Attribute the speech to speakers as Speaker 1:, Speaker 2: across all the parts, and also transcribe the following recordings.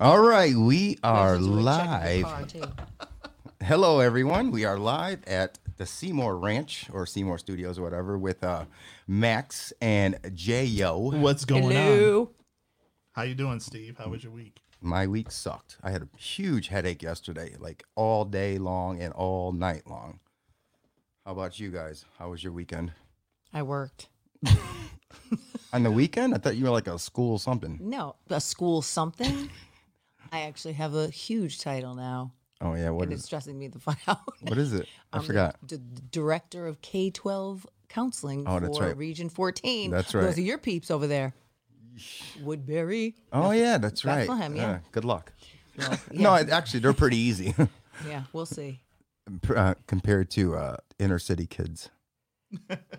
Speaker 1: All right, we are
Speaker 2: Usually we check the car,
Speaker 1: live.
Speaker 2: too.
Speaker 1: Hello, everyone. We are live at the Seymour Ranch or Seymour Studios, or whatever, with uh, Max and Jayo.
Speaker 3: What's going on?
Speaker 2: Hello.
Speaker 3: How you doing, Steve? How was your week?
Speaker 1: My week sucked. I had a huge headache yesterday, like all day long and all night long. How about you guys? How was your weekend?
Speaker 2: I worked.
Speaker 1: On the weekend, I thought you were like a school something.
Speaker 2: No, a school something. I actually have a huge title now,
Speaker 1: Oh yeah, what
Speaker 2: and it's
Speaker 1: is
Speaker 2: stressing me the fuck out.
Speaker 1: what is it? I
Speaker 2: I'm the
Speaker 1: forgot.
Speaker 2: d- d- director of K twelve counseling
Speaker 1: Oh, that's
Speaker 2: for
Speaker 1: right.
Speaker 2: Region fourteen.
Speaker 1: That's
Speaker 2: Those
Speaker 1: right.
Speaker 2: are your peeps over there. Woodbury.
Speaker 1: Oh yeah, that's right. Uh,
Speaker 2: Bethlehem, yeah.
Speaker 1: good luck.
Speaker 2: Well, yeah,
Speaker 1: No, it, actually, they're pretty easy
Speaker 2: yeah, we'll see.
Speaker 1: pr- uh, compared to uh, inner city kids,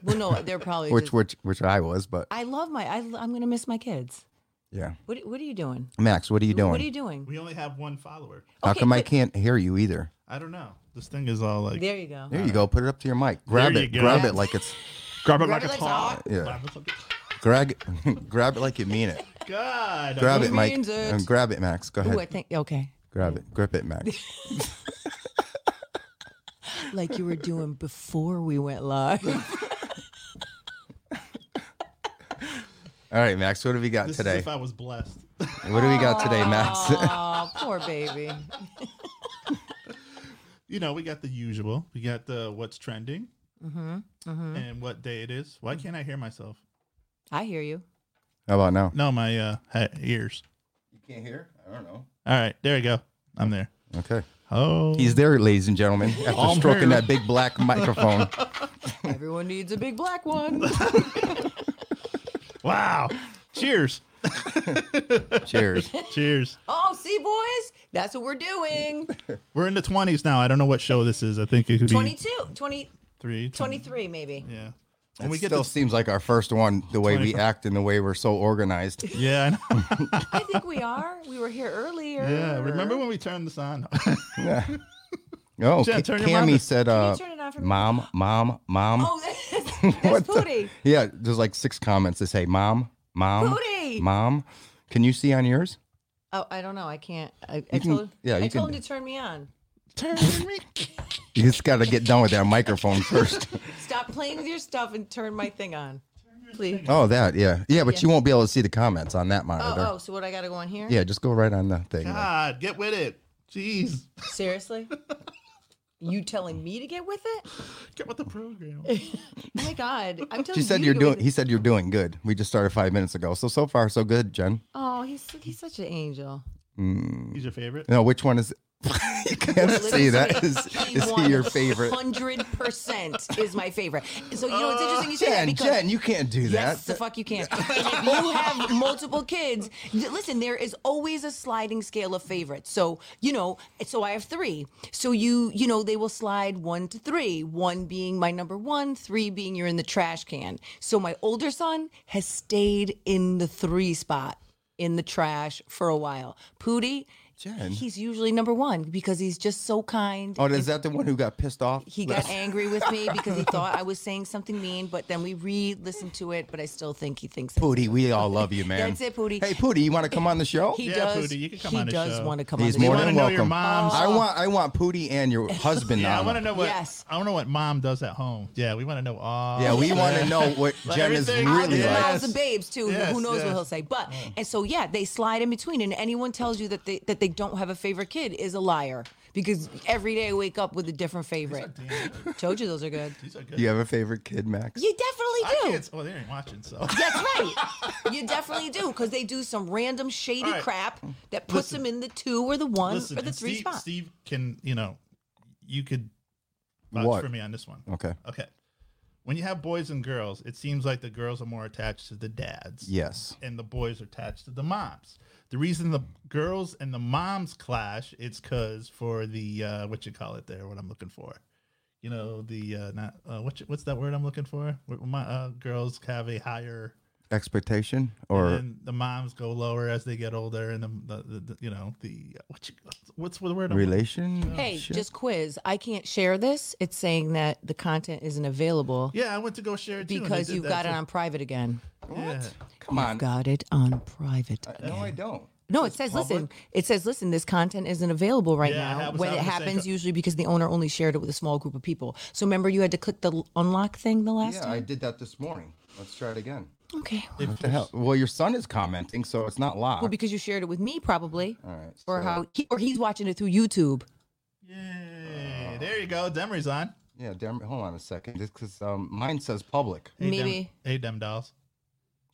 Speaker 2: Well, no, they're probably.
Speaker 1: which
Speaker 2: just-
Speaker 1: which which I was, but
Speaker 2: I love my. I, am gonna miss my kids.
Speaker 1: yeah.
Speaker 2: What What are you doing?
Speaker 1: Max, what are you doing?
Speaker 2: What are you doing?
Speaker 3: We only have one follower.
Speaker 1: How
Speaker 2: Okay,
Speaker 1: come I
Speaker 2: but-
Speaker 1: can't hear you either?
Speaker 3: I don't know. This thing is all like
Speaker 2: There you go.
Speaker 1: There you go. Put it up to your mic. Grab
Speaker 3: you
Speaker 1: it.
Speaker 3: go.
Speaker 1: Grab it like it's
Speaker 3: grab it
Speaker 2: Grab it like a hawk.
Speaker 1: yeah. Grab grab it like you mean it.
Speaker 3: God,
Speaker 1: Grab
Speaker 2: He
Speaker 1: it, Mike.
Speaker 2: means it.
Speaker 1: Um, grab it, Max. Go ahead.
Speaker 2: Ooh, I think okay.
Speaker 1: grab it. Grip it, Max.
Speaker 2: like you were doing before we went live.
Speaker 1: All right, Max. What have we got
Speaker 3: This is
Speaker 1: today?
Speaker 3: if I was blessed.
Speaker 1: What do we got today, Max?
Speaker 2: Oh, poor baby.
Speaker 3: you know, we got the usual. We got the what's trending
Speaker 2: Mm-hmm,
Speaker 3: and what day it is. Why can't I hear myself?
Speaker 2: I hear you.
Speaker 1: How about now?
Speaker 3: No, my uh, he- ears.
Speaker 1: You can't hear? I don't know.
Speaker 3: All right, there you go. I'm there.
Speaker 1: Okay.
Speaker 3: Oh,
Speaker 1: He's there, ladies and gentlemen, after
Speaker 3: I'm
Speaker 1: stroking
Speaker 3: here.
Speaker 1: that big black microphone.
Speaker 2: Everyone needs a big black one.
Speaker 3: wow. Cheers.
Speaker 1: Cheers.
Speaker 3: Cheers.
Speaker 2: Oh, see, boys, that's what we're doing.
Speaker 3: We're in the 20s now. I don't know what show this is. I think it could
Speaker 2: 22, 20,
Speaker 3: be three, 20.
Speaker 2: 23 maybe.
Speaker 3: Yeah.
Speaker 1: It
Speaker 3: And we get
Speaker 1: still
Speaker 3: the
Speaker 1: seems like our first one, the way we
Speaker 3: 25.
Speaker 1: act and the way we're so organized.
Speaker 3: Yeah, I know.
Speaker 2: I think we are. We were here earlier.
Speaker 3: Yeah, remember when we turned this on?
Speaker 1: Yeah. Oh,
Speaker 3: Jen,
Speaker 1: Ca-
Speaker 3: turn your mouth
Speaker 1: Cammy
Speaker 3: up.
Speaker 1: said,
Speaker 2: Can
Speaker 1: uh,
Speaker 2: you turn it on for me?
Speaker 1: "Mom, mom, mom."
Speaker 2: Oh, that's, that's
Speaker 1: the-
Speaker 2: Pooty.
Speaker 1: Yeah, there's like six comments that say, "Mom, mom,
Speaker 2: Booty.
Speaker 1: mom." Can you see on yours?
Speaker 2: Oh, I don't know. I can't. I, I
Speaker 1: You can-
Speaker 2: told,
Speaker 1: yeah, you
Speaker 2: I told
Speaker 1: can-
Speaker 2: him to turn me on.
Speaker 3: Turn me.
Speaker 1: You just got to get done with that microphone first.
Speaker 2: Stop playing with your stuff and turn my thing on. Please.
Speaker 1: oh, that, yeah, yeah, but
Speaker 2: Yeah.
Speaker 1: you won't be able to see the comments on that
Speaker 2: Oh,
Speaker 1: monitor.
Speaker 2: oh, so what I got to go on here?
Speaker 1: Yeah, just go right on the thing.
Speaker 3: God, get with it. Jeez.
Speaker 2: Seriously? you telling me to get with it?
Speaker 3: Get with the program.
Speaker 2: Oh my God. I'm telling
Speaker 1: She said
Speaker 2: you
Speaker 1: you're
Speaker 2: to get with
Speaker 1: doing. He said you're doing good. We just started five minutes ago, so so far so good, Jen.
Speaker 2: it. Oh, he's, he's such an angel.
Speaker 3: He's your favorite?
Speaker 1: No, which one is? you can't see that is
Speaker 2: He
Speaker 1: is he
Speaker 2: won.
Speaker 1: your favorite?
Speaker 2: 100% is my favorite. So, you know, it's interesting you say that
Speaker 1: Jen,
Speaker 2: because.
Speaker 1: Jen, you can't do that.
Speaker 2: Yes, the fuck you can. And if you have multiple kids, th- listen, there is always a sliding scale of favorites. So, you know, so I have three. So you, you know, they will slide one to three, one being my number one, three being you're in the trash can. So my older son has stayed in the three spot in the trash for a while. Pootie,
Speaker 1: Jen.
Speaker 2: he's usually number one because he's just so kind
Speaker 1: Oh, is that the one who got pissed off?
Speaker 2: he got angry with me because he thought I was saying something mean, but then we re-listened to it, but I still think he thinks it.
Speaker 1: Pootie, we all love you, man.
Speaker 2: That's it, Pootie.
Speaker 1: Hey, Pootie, you want to come on the show?
Speaker 2: He
Speaker 3: Oh, Yeah,
Speaker 2: does.
Speaker 3: Pootie, you can come
Speaker 2: he
Speaker 3: on the
Speaker 2: does
Speaker 3: show.
Speaker 2: want to come
Speaker 1: He's
Speaker 2: on the
Speaker 1: more
Speaker 3: wanna
Speaker 2: show.
Speaker 1: than
Speaker 3: know your
Speaker 1: welcome.
Speaker 3: mom's- uh,
Speaker 1: I want, I want Pootie and your husband
Speaker 3: yeah, I
Speaker 1: on.
Speaker 3: want to know what
Speaker 2: Yes.
Speaker 3: I want to know what mom does at home. Yeah, we want to know all.
Speaker 1: yeah, we want to know what
Speaker 3: Like
Speaker 1: Jen is
Speaker 3: everything-
Speaker 1: really
Speaker 3: Yeah.
Speaker 1: like.
Speaker 2: Miles the babes too.
Speaker 3: Yes,
Speaker 2: Who knows what
Speaker 3: yes. Oh.
Speaker 2: he'll say? But and so yeah, they slide in between, and anyone tells you that they that they don't have a favorite kid is a liar because every day I wake up with a different favorite. Told you those are good.
Speaker 3: These are good.
Speaker 1: Do you have a favorite kid, Max?
Speaker 2: You definitely
Speaker 3: I
Speaker 2: do.
Speaker 3: can't, oh, they ain't watching, so.
Speaker 2: That's right. You definitely do because they do some random shady
Speaker 3: All right.
Speaker 2: crap that puts
Speaker 3: Listen.
Speaker 2: them in the two or the one
Speaker 3: Listen,
Speaker 2: or the
Speaker 3: and
Speaker 2: three
Speaker 3: Steve,
Speaker 2: spot.
Speaker 3: Steve can, you know, you could vouch
Speaker 1: What?
Speaker 3: for me on this one.
Speaker 1: Okay.
Speaker 3: Okay. When you have boys and girls, it seems like the girls are more attached to the dads.
Speaker 1: Yes.
Speaker 3: and the boys are attached to the moms. The reason the girls and the moms clash, it's cause for the uh, what you call it there, what I'm looking for. You know the uh, not uh, what you, what's that word I'm looking for? Where My uh, girls have a higher,
Speaker 1: Expectation or
Speaker 3: and the moms go lower as they get older, and the, the, the, the- you know the what you, what's the word? I'm-
Speaker 1: relation?
Speaker 3: Oh,
Speaker 2: Hey, just quiz. I can't share this. It's saying that the content isn't available
Speaker 3: yeah, I went to go share it too, and they
Speaker 2: because
Speaker 3: did
Speaker 2: you've
Speaker 3: that
Speaker 2: got it
Speaker 3: too.
Speaker 2: on private again.
Speaker 1: What?
Speaker 3: Yeah.
Speaker 1: Come on.
Speaker 3: Uh,
Speaker 2: Got it on private.
Speaker 1: No, I don't.
Speaker 2: No, it says listen. It says listen. This content isn't available right
Speaker 3: Yeah, I
Speaker 2: now.
Speaker 3: was
Speaker 2: When it
Speaker 3: having the same
Speaker 2: happens,
Speaker 3: co-
Speaker 2: usually because the owner only shared it with a small group of people. So remember, you had to click the l- unlock thing the last
Speaker 1: Yeah, I
Speaker 2: time.
Speaker 1: did that this morning. Let's try it again.
Speaker 2: Okay.
Speaker 1: What the hell? Well, your son is commenting, so it's not
Speaker 2: Well,
Speaker 1: locked.
Speaker 2: because you shared it with me, probably,
Speaker 1: All right.
Speaker 2: or
Speaker 1: so-
Speaker 2: how, he, or he's watching it through YouTube.
Speaker 3: Yay! There you go. Demery's on.
Speaker 1: Yeah, damn, hold on a second. Just because um, mine says public.
Speaker 3: Hey, Dem-
Speaker 2: Maybe.
Speaker 3: hey, Dem dolls.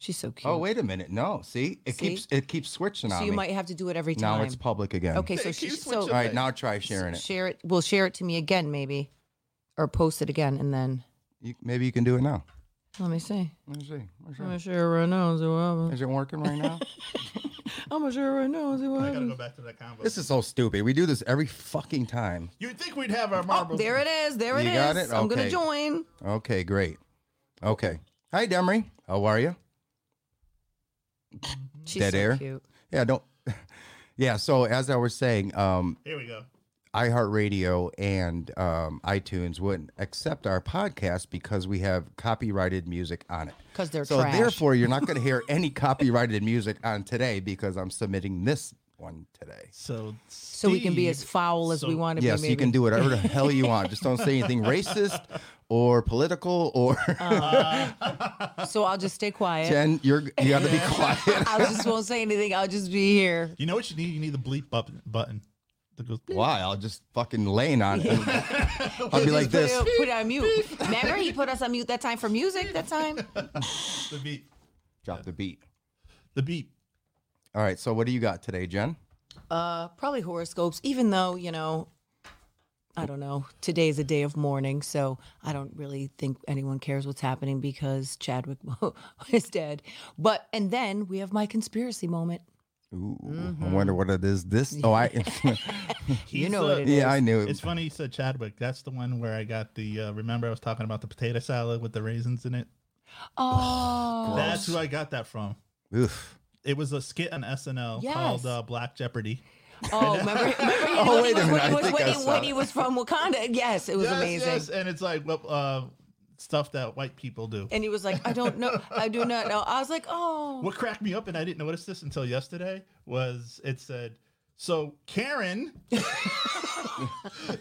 Speaker 2: She's so cute.
Speaker 1: Oh wait a minute. No, see, it
Speaker 2: See?
Speaker 1: keeps it keeps switching
Speaker 2: so
Speaker 1: on
Speaker 2: you
Speaker 1: me.
Speaker 2: might have to do it every
Speaker 1: now
Speaker 2: time.
Speaker 1: it's public again.
Speaker 2: okay. So
Speaker 3: They
Speaker 2: she,
Speaker 3: keep
Speaker 2: so
Speaker 1: All right, now try sharing it.
Speaker 2: share it. We'll share it to me again, maybe, or post it again, and then
Speaker 1: You, maybe you can do it now.
Speaker 2: let me see.
Speaker 1: Let me see. Let me see.
Speaker 2: I'm gonna share it right now. and see what happens.
Speaker 1: Is it working right now?
Speaker 2: I'm gonna share it right now. and see what
Speaker 3: I gotta
Speaker 2: happens.
Speaker 3: go back to that convo.
Speaker 1: this is so stupid. We do this every fucking time.
Speaker 3: You'd think we'd have
Speaker 2: Oh,
Speaker 3: our marbles.
Speaker 2: there it is. There it
Speaker 1: You
Speaker 2: is.
Speaker 1: got it?
Speaker 2: I'm gonna
Speaker 1: Okay.
Speaker 2: join.
Speaker 1: Okay, great. Okay. Hi, Demery. How are you?
Speaker 2: She's
Speaker 1: Dead
Speaker 2: so
Speaker 1: air.
Speaker 2: cute.
Speaker 1: Yeah, don't. Yeah, so as I was saying, um,
Speaker 3: Here we go.
Speaker 1: iHeartRadio and um, iTunes wouldn't accept our podcast because we have copyrighted music on it.
Speaker 2: 'Cause they're
Speaker 1: so
Speaker 2: trash.
Speaker 1: therefore you're not going to hear any copyrighted music on today because I'm submitting this one today.
Speaker 3: So,
Speaker 2: So we can be as foul as we want to
Speaker 1: Yes,
Speaker 2: be. Maybe.
Speaker 1: you can do whatever the hell you want. Just don't say anything racist or political or
Speaker 2: Uh, So I'll just stay quiet.
Speaker 1: Jen, you're you got to be quiet.
Speaker 2: I just won't say anything. I'll just be here.
Speaker 3: You know what you need? You need the bleep button. button that goes. bleep.
Speaker 1: Why? I'll just fucking lane on it. I'll be like
Speaker 2: Just
Speaker 1: this.
Speaker 2: put it- Put it on mute. Remember, he put us on mute that time for music. That time.
Speaker 3: The beep.
Speaker 1: Drop the beat.
Speaker 3: The beep.
Speaker 1: All right. So what do you got today, Jen?
Speaker 2: Uh, probably horoscopes. Even though you know, I don't know. Today is a day of mourning, so I don't really think anyone cares what's happening because Chadwick is dead. But and then we have my conspiracy moment.
Speaker 1: Ooh,
Speaker 2: Mm-hmm.
Speaker 1: I wonder what it is. This. Oh, I.
Speaker 2: You
Speaker 3: He's,
Speaker 2: know
Speaker 3: uh,
Speaker 2: what it is.
Speaker 1: yeah, I knew it.
Speaker 3: It's funny you said Chadwick. That's the one where I got the. Uh, remember, I was talking about the potato salad with the raisins in it.
Speaker 2: Oh,
Speaker 3: That's who I got that from.
Speaker 1: Oof.
Speaker 3: It was a skit on SNL
Speaker 2: Yes.
Speaker 3: called uh, Black Jeopardy.
Speaker 2: Oh, remember? remember he,
Speaker 1: Oh, wait
Speaker 2: when he
Speaker 1: a minute,
Speaker 2: was, When he
Speaker 1: I
Speaker 2: was,
Speaker 1: think
Speaker 2: when
Speaker 1: I
Speaker 2: he-
Speaker 1: saw
Speaker 2: when he was from Wakanda. Yes, it was amazing.
Speaker 3: And it's like what uh, stuff that white people do.
Speaker 2: And he was like, I don't know. I do not know. I was like, oh.
Speaker 3: what cracked me up, and I didn't notice this until yesterday, was it said, so Karen,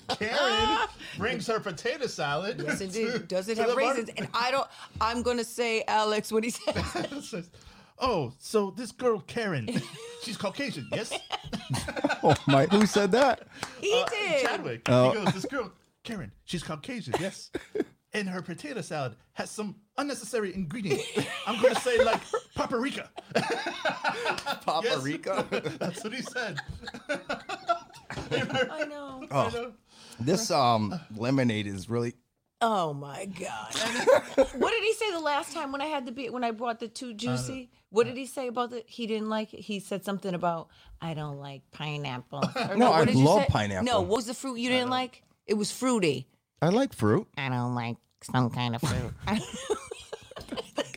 Speaker 3: Karen brings her potato salad.
Speaker 2: Yes,
Speaker 3: to-
Speaker 2: indeed. Does it
Speaker 3: to
Speaker 2: have
Speaker 3: the bar-
Speaker 2: raisins? And I don't, I'm going to say, Alex, what he said.
Speaker 3: It says, oh, so this girl Karen, she's Caucasian. Yes, Uh,
Speaker 1: Oh my! Who said that?
Speaker 2: He
Speaker 1: Uh,
Speaker 2: did.
Speaker 3: Chadwick. He goes, this girl Karen, she's Caucasian. Yes. And her potato salad has some unnecessary ingredient. I'm gonna say like paprika.
Speaker 1: Papa
Speaker 3: Yes.
Speaker 1: Rica.
Speaker 3: That's what he said.
Speaker 2: I know.
Speaker 1: Oh, this um lemonade is really.
Speaker 2: Oh my God. what did he say the last time when I had the beer, when I brought the two juicy? What did he say about the, he didn't like it? He said something about, I don't like pineapple. Or
Speaker 1: No, I
Speaker 2: what did you
Speaker 1: love
Speaker 2: say?
Speaker 1: pineapple.
Speaker 2: No, what was the fruit you didn't like? It was fruity.
Speaker 1: I like fruit.
Speaker 2: I don't like some kind of fruit.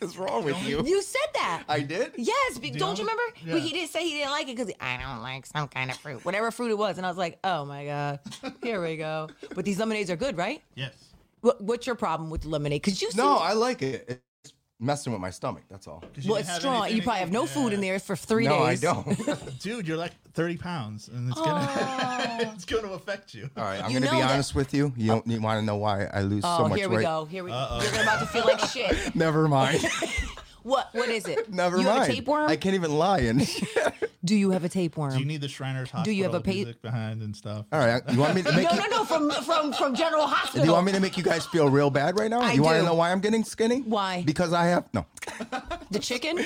Speaker 1: What's wrong with you?
Speaker 2: you said that.
Speaker 1: I did.
Speaker 2: Yes, be, don't you
Speaker 3: only-
Speaker 2: remember? But
Speaker 3: Yeah.
Speaker 2: he did say he didn't like it because I don't like some kind of fruit, whatever fruit it was. And I was like, oh my god, here we go. But these lemonades are good, right?
Speaker 3: Yes.
Speaker 2: What, what's your problem with lemonade? Because you seem,
Speaker 1: No, I like it. It's messing with my stomach. That's all.
Speaker 3: 'Cause you
Speaker 2: well,
Speaker 3: didn't
Speaker 2: it's
Speaker 3: have
Speaker 2: strong.
Speaker 3: anything
Speaker 2: You
Speaker 3: to
Speaker 2: probably have
Speaker 3: eat.
Speaker 2: no food in there for three
Speaker 1: No, I
Speaker 2: days.
Speaker 1: don't. all
Speaker 3: Dude, you're like 30 pounds, and it's gonna it's gonna affect you.
Speaker 1: right, I'm
Speaker 2: You
Speaker 1: gonna
Speaker 2: know
Speaker 1: be
Speaker 2: that-
Speaker 1: honest with you. You don't you want to know why I lose
Speaker 2: Oh,
Speaker 1: so much
Speaker 2: here we
Speaker 1: weight?
Speaker 2: go. Here we go. You're about to feel like shit.
Speaker 1: Never mind.
Speaker 2: What? What is it?
Speaker 1: Never
Speaker 2: you
Speaker 1: mind.
Speaker 2: Have a tapeworm?
Speaker 1: I can't even lie. And
Speaker 2: Do you have a
Speaker 3: Do you
Speaker 2: tapeworm?
Speaker 3: need the Shriners Hospital
Speaker 2: you have a pa-
Speaker 3: music behind and stuff?
Speaker 1: all right, you want me to make?
Speaker 2: No,
Speaker 1: you,
Speaker 2: no, no. From from from General Hospital.
Speaker 1: Do you want me to make you guys feel real bad right now?
Speaker 2: I
Speaker 1: you want to
Speaker 2: do.
Speaker 1: know why I'm getting skinny?
Speaker 2: Why?
Speaker 1: Because I have no.
Speaker 2: the chicken?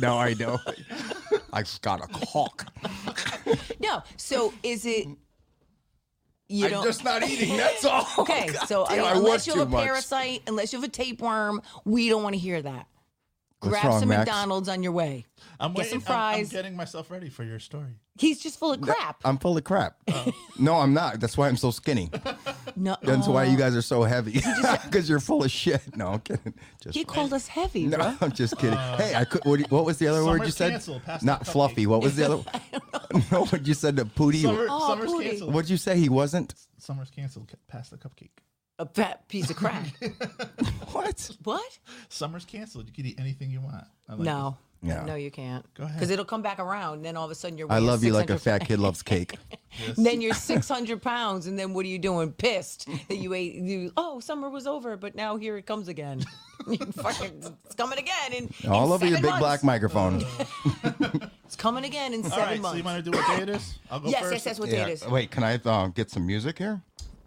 Speaker 1: no, I don't. I just got a cock.
Speaker 2: No. So is it? You
Speaker 1: I'm
Speaker 2: don't.
Speaker 1: just not eating. That's all.
Speaker 2: Okay,
Speaker 1: God
Speaker 2: so I
Speaker 1: damn,
Speaker 2: mean,
Speaker 1: I work
Speaker 2: unless you
Speaker 1: too
Speaker 2: have a
Speaker 1: much.
Speaker 2: parasite, unless you have a tapeworm, we don't want to hear that.
Speaker 1: What's
Speaker 2: Grab
Speaker 1: wrong,
Speaker 2: some
Speaker 1: Max?
Speaker 2: McDonald's on your way.
Speaker 3: I'm
Speaker 2: Get
Speaker 3: waiting.
Speaker 2: some
Speaker 3: I'm-
Speaker 2: fries.
Speaker 3: I'm, getting myself ready for your story.
Speaker 2: He's just full of crap.
Speaker 1: I'm full of crap.
Speaker 3: Oh.
Speaker 1: no, I'm not. That's why I'm so skinny.
Speaker 2: No,
Speaker 1: That's why
Speaker 2: uh,
Speaker 3: Oh.
Speaker 1: you guys are so heavy. Because you're full of shit. No, I'm kidding. Just
Speaker 2: he called us heavy.
Speaker 1: no,
Speaker 2: bruh.
Speaker 1: I'm just kidding. hey, I could. What, do you- what was the other word you
Speaker 3: Summer's
Speaker 1: said?
Speaker 3: canceled. Uh, Pass the
Speaker 1: Not
Speaker 3: cupcake.
Speaker 1: fluffy. What was the other? no, what you said to pooty.
Speaker 3: Summer,
Speaker 2: Oh,
Speaker 3: summer's
Speaker 2: booty.
Speaker 3: canceled.
Speaker 1: What'd you say? He wasn't.
Speaker 3: Summer's canceled. Ca- Pass the cupcake.
Speaker 2: A fat piece of crap.
Speaker 1: What?
Speaker 2: what?
Speaker 3: Summer's canceled. You can eat anything you want. I like
Speaker 2: No,
Speaker 1: Yeah.
Speaker 2: No, you can't.
Speaker 3: Go ahead.
Speaker 2: Because it'll come back around. Then all of a sudden you're.
Speaker 1: I
Speaker 2: weighing
Speaker 1: love you like a
Speaker 2: 600
Speaker 1: fat kid loves cake.
Speaker 2: Then you're 600 pounds, and then what are you doing? Pissed that you ate. You, oh, summer was over, but now here it comes again. You fucking, it's coming again, and
Speaker 1: All over your big black
Speaker 2: Months.
Speaker 1: microphone.
Speaker 2: It's coming again in
Speaker 3: All
Speaker 2: seven
Speaker 3: right, so
Speaker 2: months.
Speaker 3: you want to do what day it is? I'll go
Speaker 2: yes,
Speaker 3: first.
Speaker 2: yes, that's what
Speaker 1: Yeah.
Speaker 2: day it is.
Speaker 1: Wait, can I uh, get some music here?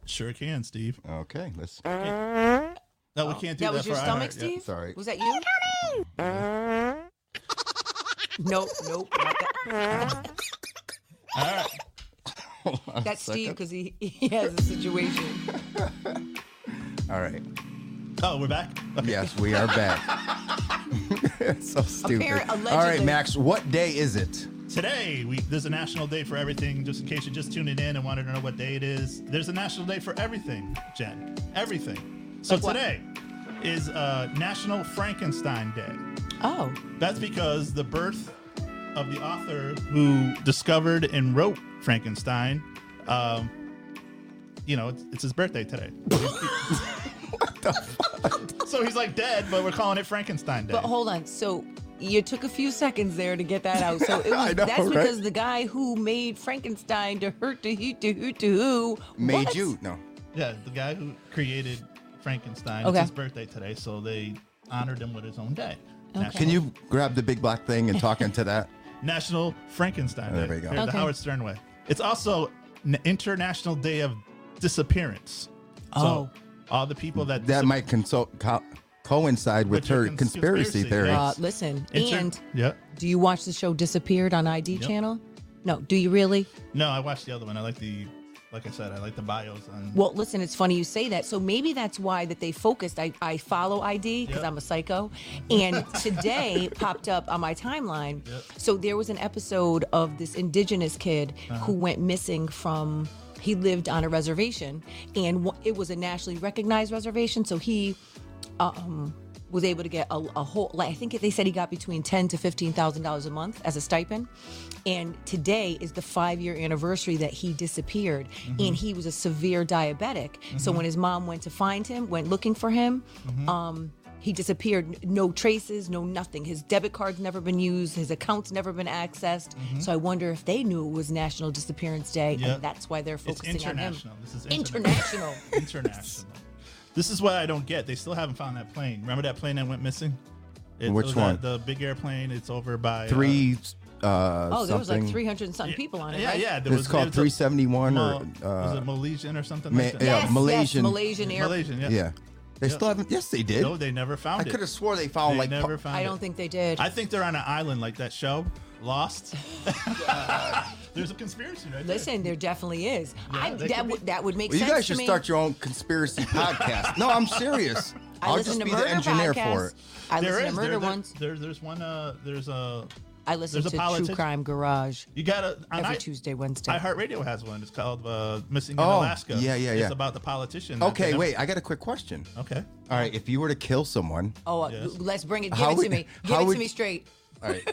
Speaker 3: Sure can, Steve.
Speaker 1: Okay, let's.
Speaker 3: No, we can't do
Speaker 2: Oh. that
Speaker 3: that.
Speaker 2: was your
Speaker 3: for
Speaker 2: stomach,
Speaker 3: iHeart, yeah.
Speaker 2: Steve.
Speaker 1: sorry.
Speaker 2: Was that you? nope, nope. Not that.
Speaker 3: All right.
Speaker 2: That's Steve because he, he has a situation.
Speaker 1: All right.
Speaker 3: Oh, we're back. Okay.
Speaker 1: Yes, we are back. so stupid.
Speaker 2: Apparent-
Speaker 1: All right,
Speaker 2: allegedly.
Speaker 1: Max, what day is it?
Speaker 3: Today, we, there's a national day for everything. Just in case you just tuned in and wanted to know what day it is, there's a national day for everything, Jen. Everything. So
Speaker 2: Like what?
Speaker 3: today is uh, National Frankenstein Day.
Speaker 2: Oh,
Speaker 3: That's because the birth of the author who discovered and wrote Frankenstein, um, you know, it's, it's his birthday today. So he's like dead, but we're calling it Frankenstein Day.
Speaker 2: but hold on. So you took a few seconds there to get that out. So it
Speaker 1: I
Speaker 2: was,
Speaker 1: know,
Speaker 2: that's
Speaker 1: right?
Speaker 2: because the guy who made Frankenstein to hurt to hoot to hoot to who
Speaker 1: Made
Speaker 2: what?
Speaker 1: you? No.
Speaker 3: yeah, the guy who created Frankenstein,
Speaker 2: Okay.
Speaker 3: it's his birthday today, so they honored him with his own day. National,
Speaker 1: Can you grab the big black thing and talk into that?
Speaker 3: National Frankenstein Day.
Speaker 1: There we go.
Speaker 3: Here's
Speaker 2: Okay.
Speaker 3: The Howard Stern way. It's also an International Day of Disappearance.
Speaker 2: Oh.
Speaker 3: So all the people that
Speaker 1: That might consult, co- coincide with
Speaker 3: With your
Speaker 1: her
Speaker 3: cons-
Speaker 1: conspiracy,
Speaker 3: conspiracy
Speaker 1: theory.
Speaker 3: theory.
Speaker 2: Uh, listen,
Speaker 3: Inter-
Speaker 2: and
Speaker 3: yeah.
Speaker 2: do you watch the show Disappeared on ID channel? No, do you really?
Speaker 3: No, I watched the other one. I like the, like I said, I like the bios on.
Speaker 2: Well, listen, it's funny you say that. So maybe that's why that they focused. I, I follow ID because
Speaker 3: Yep.
Speaker 2: I'm a psycho. And today popped up on my timeline. So there was an episode of this indigenous kid who went missing from he lived on a reservation and wh- it was a nationally recognized reservation. So he was able to get a, a whole like I think they said he got between ten to fifteen thousand dollars a month as a stipend. And today is the five year anniversary that he disappeared,
Speaker 3: Mm-hmm.
Speaker 2: and he was a severe diabetic. So when his mom went to find him, went looking for him,
Speaker 3: Mm-hmm.
Speaker 2: um, he disappeared. N- No traces, no nothing. His debit card's never been used. His account's never been accessed. So I wonder if they knew it was National Disappearance Day,
Speaker 3: Mm-hmm. Yeah.
Speaker 2: and that's why they're
Speaker 3: it's
Speaker 2: focusing on him.
Speaker 3: international. This is
Speaker 2: International.
Speaker 3: international. This is what I don't get. They still haven't found that plane. Remember that plane that went missing? It
Speaker 1: Which
Speaker 3: was
Speaker 1: one?
Speaker 3: that- The big airplane. It's over by uh,
Speaker 1: Three. Uh,
Speaker 2: Oh, there was like
Speaker 1: something.
Speaker 2: 300 and something people on it.
Speaker 3: yeah,
Speaker 2: right?
Speaker 3: yeah. There
Speaker 1: It's called
Speaker 3: there was a-
Speaker 1: 371
Speaker 3: Mal-
Speaker 1: or. Uh,
Speaker 3: was it Malaysian or something?
Speaker 1: Ma-
Speaker 3: like that?
Speaker 1: yeah,
Speaker 2: Yes, yes,
Speaker 1: Malaysian-
Speaker 2: Malaysian Air.
Speaker 3: Malaysian. Yeah.
Speaker 1: yeah. They still haven't. Yes, they did.
Speaker 3: No, they never found
Speaker 1: I
Speaker 3: it.
Speaker 1: could have swore they
Speaker 3: They
Speaker 1: found like.
Speaker 3: never
Speaker 1: pu-
Speaker 3: found
Speaker 2: I
Speaker 3: it.
Speaker 2: don't think they did.
Speaker 3: I think they're on an island like that show, Lost. There's a conspiracy right there.
Speaker 2: Listen, there definitely is. I,
Speaker 3: they
Speaker 2: that
Speaker 3: could
Speaker 2: would that would make
Speaker 1: well, you
Speaker 2: sense.
Speaker 1: guys
Speaker 2: to
Speaker 1: should
Speaker 2: me.
Speaker 1: start your own conspiracy podcast. No, I'm serious.
Speaker 2: I
Speaker 1: will
Speaker 2: listen
Speaker 1: just
Speaker 2: to
Speaker 1: be
Speaker 2: murder
Speaker 1: the engineer for
Speaker 2: podcasts.
Speaker 1: it.
Speaker 2: I
Speaker 3: There
Speaker 2: listen to
Speaker 3: is.
Speaker 2: murder
Speaker 3: there, there-
Speaker 2: ones.
Speaker 3: there- there's one. Uh, there's a.
Speaker 2: I listen
Speaker 3: there's a
Speaker 2: to True
Speaker 3: politician-
Speaker 2: Crime Garage
Speaker 3: You gotta. on
Speaker 2: every
Speaker 3: I-
Speaker 2: Tuesday, Wednesday.
Speaker 3: iHeartRadio has one. It's called uh, "Missing in
Speaker 1: Oh,
Speaker 3: Alaska."
Speaker 1: yeah, yeah, yeah.
Speaker 3: It's about the politician. that they
Speaker 1: Okay,
Speaker 3: never-
Speaker 1: wait. I got a quick question.
Speaker 3: Okay.
Speaker 1: All right, if you were to kill someone,
Speaker 2: oh, uh,
Speaker 3: Yes.
Speaker 2: let's bring it. Give
Speaker 1: How
Speaker 2: it to
Speaker 1: would-
Speaker 2: me. Give
Speaker 1: how
Speaker 2: it
Speaker 1: would-
Speaker 2: to me straight.
Speaker 1: all right,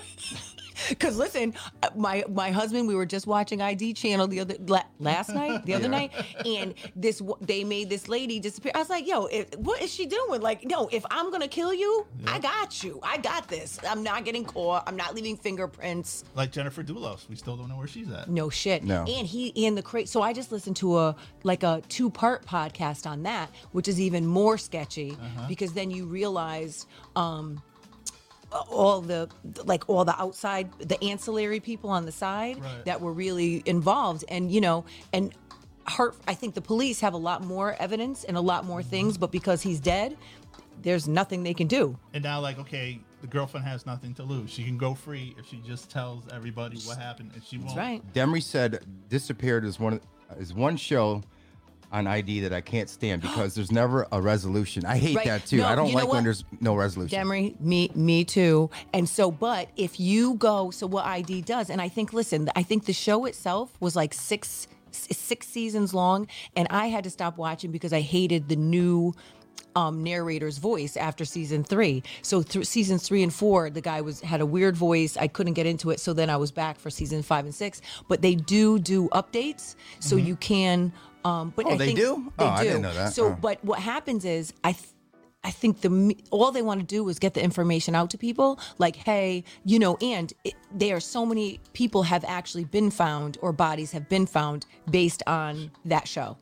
Speaker 2: Because listen, uh, my my husband, we were just watching ID Channel the other la- last night, the other
Speaker 1: Yeah.
Speaker 2: night, and this w- they made this lady disappear. I was like, yo, if, what is she doing? Like, no, if I'm gonna kill you, I got you. I got this. I'm not getting caught. I'm not leaving fingerprints.
Speaker 3: Like Jennifer Doulos, we still don't know where she's at.
Speaker 2: No shit.
Speaker 1: No.
Speaker 2: And he and the cra So I just listened to a like a two part podcast on that, which is even more sketchy because then you realize um all the like all the outside the ancillary people on the side
Speaker 3: Right.
Speaker 2: that were really involved and you know and Hart I think the police have a lot more evidence and a lot more things but because he's dead there's nothing they can do
Speaker 3: And now, like, okay, the girlfriend has nothing to lose. She can go free if she just tells everybody what happened, and she won't.
Speaker 2: right
Speaker 1: Demry said disappeared is one is one show on ID that I can't stand because there's never a resolution. I hate
Speaker 2: Right.
Speaker 1: that too.
Speaker 2: No,
Speaker 1: I don't
Speaker 2: you know
Speaker 1: like when
Speaker 2: what?
Speaker 1: there's no resolution.
Speaker 2: Demery, me, me too. And so, but if you go, so what ID does, and I think, listen, I think the show itself was like six s- six seasons long, and I had to stop watching because I hated the new um, narrator's voice after season three. So through seasons three and four, the guy was had a weird voice. I couldn't get into it, so then I was back for season five and six. But they do do updates, so you can. Um, but
Speaker 1: Oh,
Speaker 2: I
Speaker 1: they
Speaker 2: think
Speaker 1: do?
Speaker 2: They
Speaker 1: Oh, I
Speaker 2: do.
Speaker 1: didn't know that.
Speaker 2: So,
Speaker 1: Oh.
Speaker 2: but what happens is I. Th- I think the me- all they want to do is get the information out to people. Like, hey, you know, and it, there are so many people have actually been found or bodies have been found based on that show.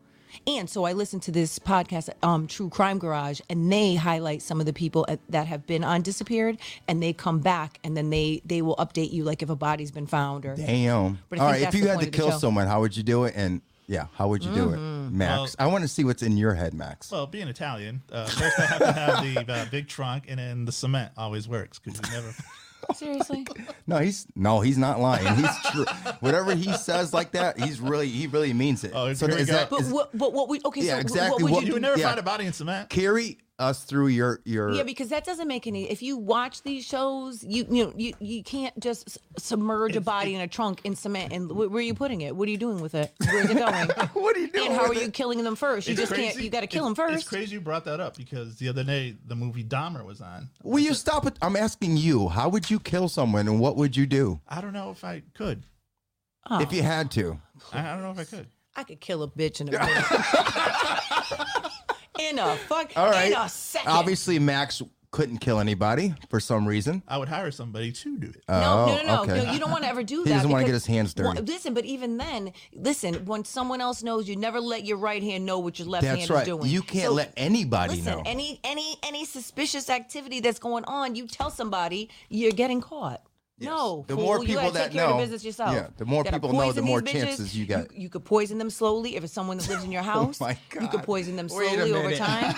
Speaker 2: And so I listened to this podcast, um, True Crime Garage, and they highlight some of the people at, that have been on disappeared, and they come back, and then they they will update you like if a body's been found or
Speaker 1: Damn.
Speaker 2: But I
Speaker 1: All
Speaker 2: think
Speaker 1: right, if
Speaker 2: that's
Speaker 1: you
Speaker 2: the
Speaker 1: had to
Speaker 2: point of the
Speaker 1: kill
Speaker 2: show. Mm-hmm.
Speaker 1: someone, how would you do it? And yeah, how would you do it, Max? I want to see what's in your head, Max.
Speaker 3: Well, being Italian, uh, first I have to have the uh, big trunk, and then the cement always works because you never.
Speaker 2: seriously.
Speaker 1: No, he's no, he's not lying. He's true. Whatever he says like that, he's really he really means it.
Speaker 3: Oh,
Speaker 1: so
Speaker 3: here we
Speaker 1: is
Speaker 3: go.
Speaker 1: that
Speaker 2: But
Speaker 1: is,
Speaker 2: what but what we okay
Speaker 1: Yeah,
Speaker 2: so
Speaker 1: exactly.
Speaker 2: what would
Speaker 1: What-
Speaker 2: you
Speaker 3: You
Speaker 2: do
Speaker 3: would never
Speaker 1: Yeah.
Speaker 3: find a body in cement.
Speaker 1: carry us through your your
Speaker 2: Yeah, because that doesn't make any. If you watch these shows, you you know, you, you can't just s- submerge a body in a trunk in cement. And wh- where are you putting it? What are you doing with it? Where's it going?
Speaker 1: What are you doing?
Speaker 2: and how are
Speaker 1: with
Speaker 2: you
Speaker 1: it?
Speaker 2: killing them first? You
Speaker 3: It's
Speaker 2: just can't.
Speaker 3: crazy-
Speaker 2: You got to kill them
Speaker 3: it's-
Speaker 2: first.
Speaker 3: It's crazy you brought that up because the other day the movie Dahmer was on.
Speaker 1: Will you stop it? I'm asking you, how would you kill someone and what would you do
Speaker 3: I don't know if I could.
Speaker 2: Oh,
Speaker 1: if you had to?
Speaker 3: I, I don't know if I could.
Speaker 2: I could kill a bitch in a minute. in a fuck.
Speaker 1: All right.
Speaker 2: In a second.
Speaker 1: Obviously, Max couldn't kill anybody for some reason.
Speaker 3: I would hire somebody to do it.
Speaker 2: No, no,
Speaker 1: Oh,
Speaker 2: no, no,
Speaker 1: okay.
Speaker 2: no. You don't want to ever do that.
Speaker 1: doesn't wanna get
Speaker 2: because-
Speaker 1: his hands dirty.
Speaker 2: Well, listen, but even then, listen. When someone else knows, you never let your right hand know what your left
Speaker 1: That's
Speaker 2: hand
Speaker 1: right.
Speaker 2: is doing.
Speaker 1: You can't
Speaker 2: So-
Speaker 1: let anybody
Speaker 2: Listen,
Speaker 1: know.
Speaker 2: any any any suspicious activity that's going on, you tell somebody you're getting caught. No,
Speaker 1: The
Speaker 2: fool,
Speaker 1: more
Speaker 2: you
Speaker 1: people
Speaker 2: gotta
Speaker 1: that
Speaker 2: take care of
Speaker 1: know-
Speaker 2: the business yourself.
Speaker 1: yeah, the more
Speaker 2: You gotta
Speaker 1: people know, the
Speaker 2: poison
Speaker 1: more
Speaker 2: these
Speaker 1: chances you get.
Speaker 2: You, could poison them slowly if it's someone that lives in your house.
Speaker 1: my
Speaker 2: You could
Speaker 1: God.
Speaker 2: poison them
Speaker 1: Wait a
Speaker 2: slowly over
Speaker 1: minute.
Speaker 2: time.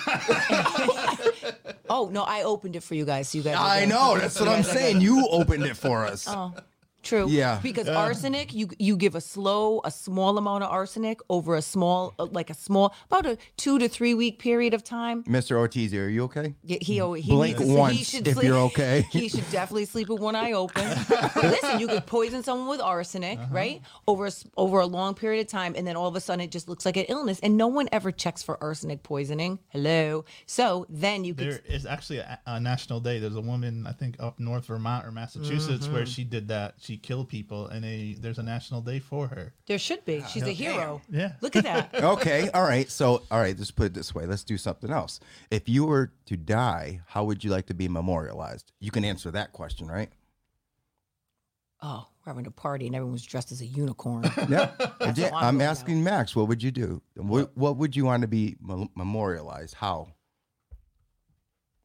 Speaker 2: oh no, I opened it for you guys, so you guys. are
Speaker 1: I
Speaker 2: good.
Speaker 1: know. That's what
Speaker 2: You
Speaker 1: I'm
Speaker 2: guys are good.
Speaker 1: saying. You opened it for us.
Speaker 2: Oh. True.
Speaker 1: Yeah.
Speaker 2: Because arsenic, you you give a slow, a small amount of arsenic over a small, uh, like a small, about a two to three week period of time.
Speaker 1: Mr. Ortiz, are you okay?
Speaker 2: Yeah, he al- he
Speaker 1: Blink
Speaker 2: needs to- he
Speaker 1: once
Speaker 2: should
Speaker 1: if
Speaker 2: sleep,
Speaker 1: you're okay.
Speaker 2: He should definitely sleep with one eye open. Listen, you could poison someone with arsenic,
Speaker 1: Uh-huh.
Speaker 2: right? Over a, s- over a long period of time, and then all of a sudden it just looks like an illness, and no one ever checks for arsenic poisoning. Hello. So then you could.
Speaker 3: There is actually a, a national day. There's a woman I think up north Vermont or Massachusetts where
Speaker 1: Mm-hmm.
Speaker 3: she did that. She killed people, and they, there's a national day for her.
Speaker 2: there should
Speaker 1: Ah,
Speaker 2: be. She's a hero.
Speaker 3: Yeah.
Speaker 2: Look at that.
Speaker 1: Okay. All right. So, all right, let's put it this way. Let's do something else. If you were to die, how would you like to be memorialized? You can answer that question, right?
Speaker 2: Oh, we're having a party, and everyone's dressed as a unicorn.
Speaker 1: Yeah. Yeah,
Speaker 2: how I'm
Speaker 1: I'm
Speaker 2: going
Speaker 1: asking Max, what would you do? What, what would you want to be mem- memorialized? How?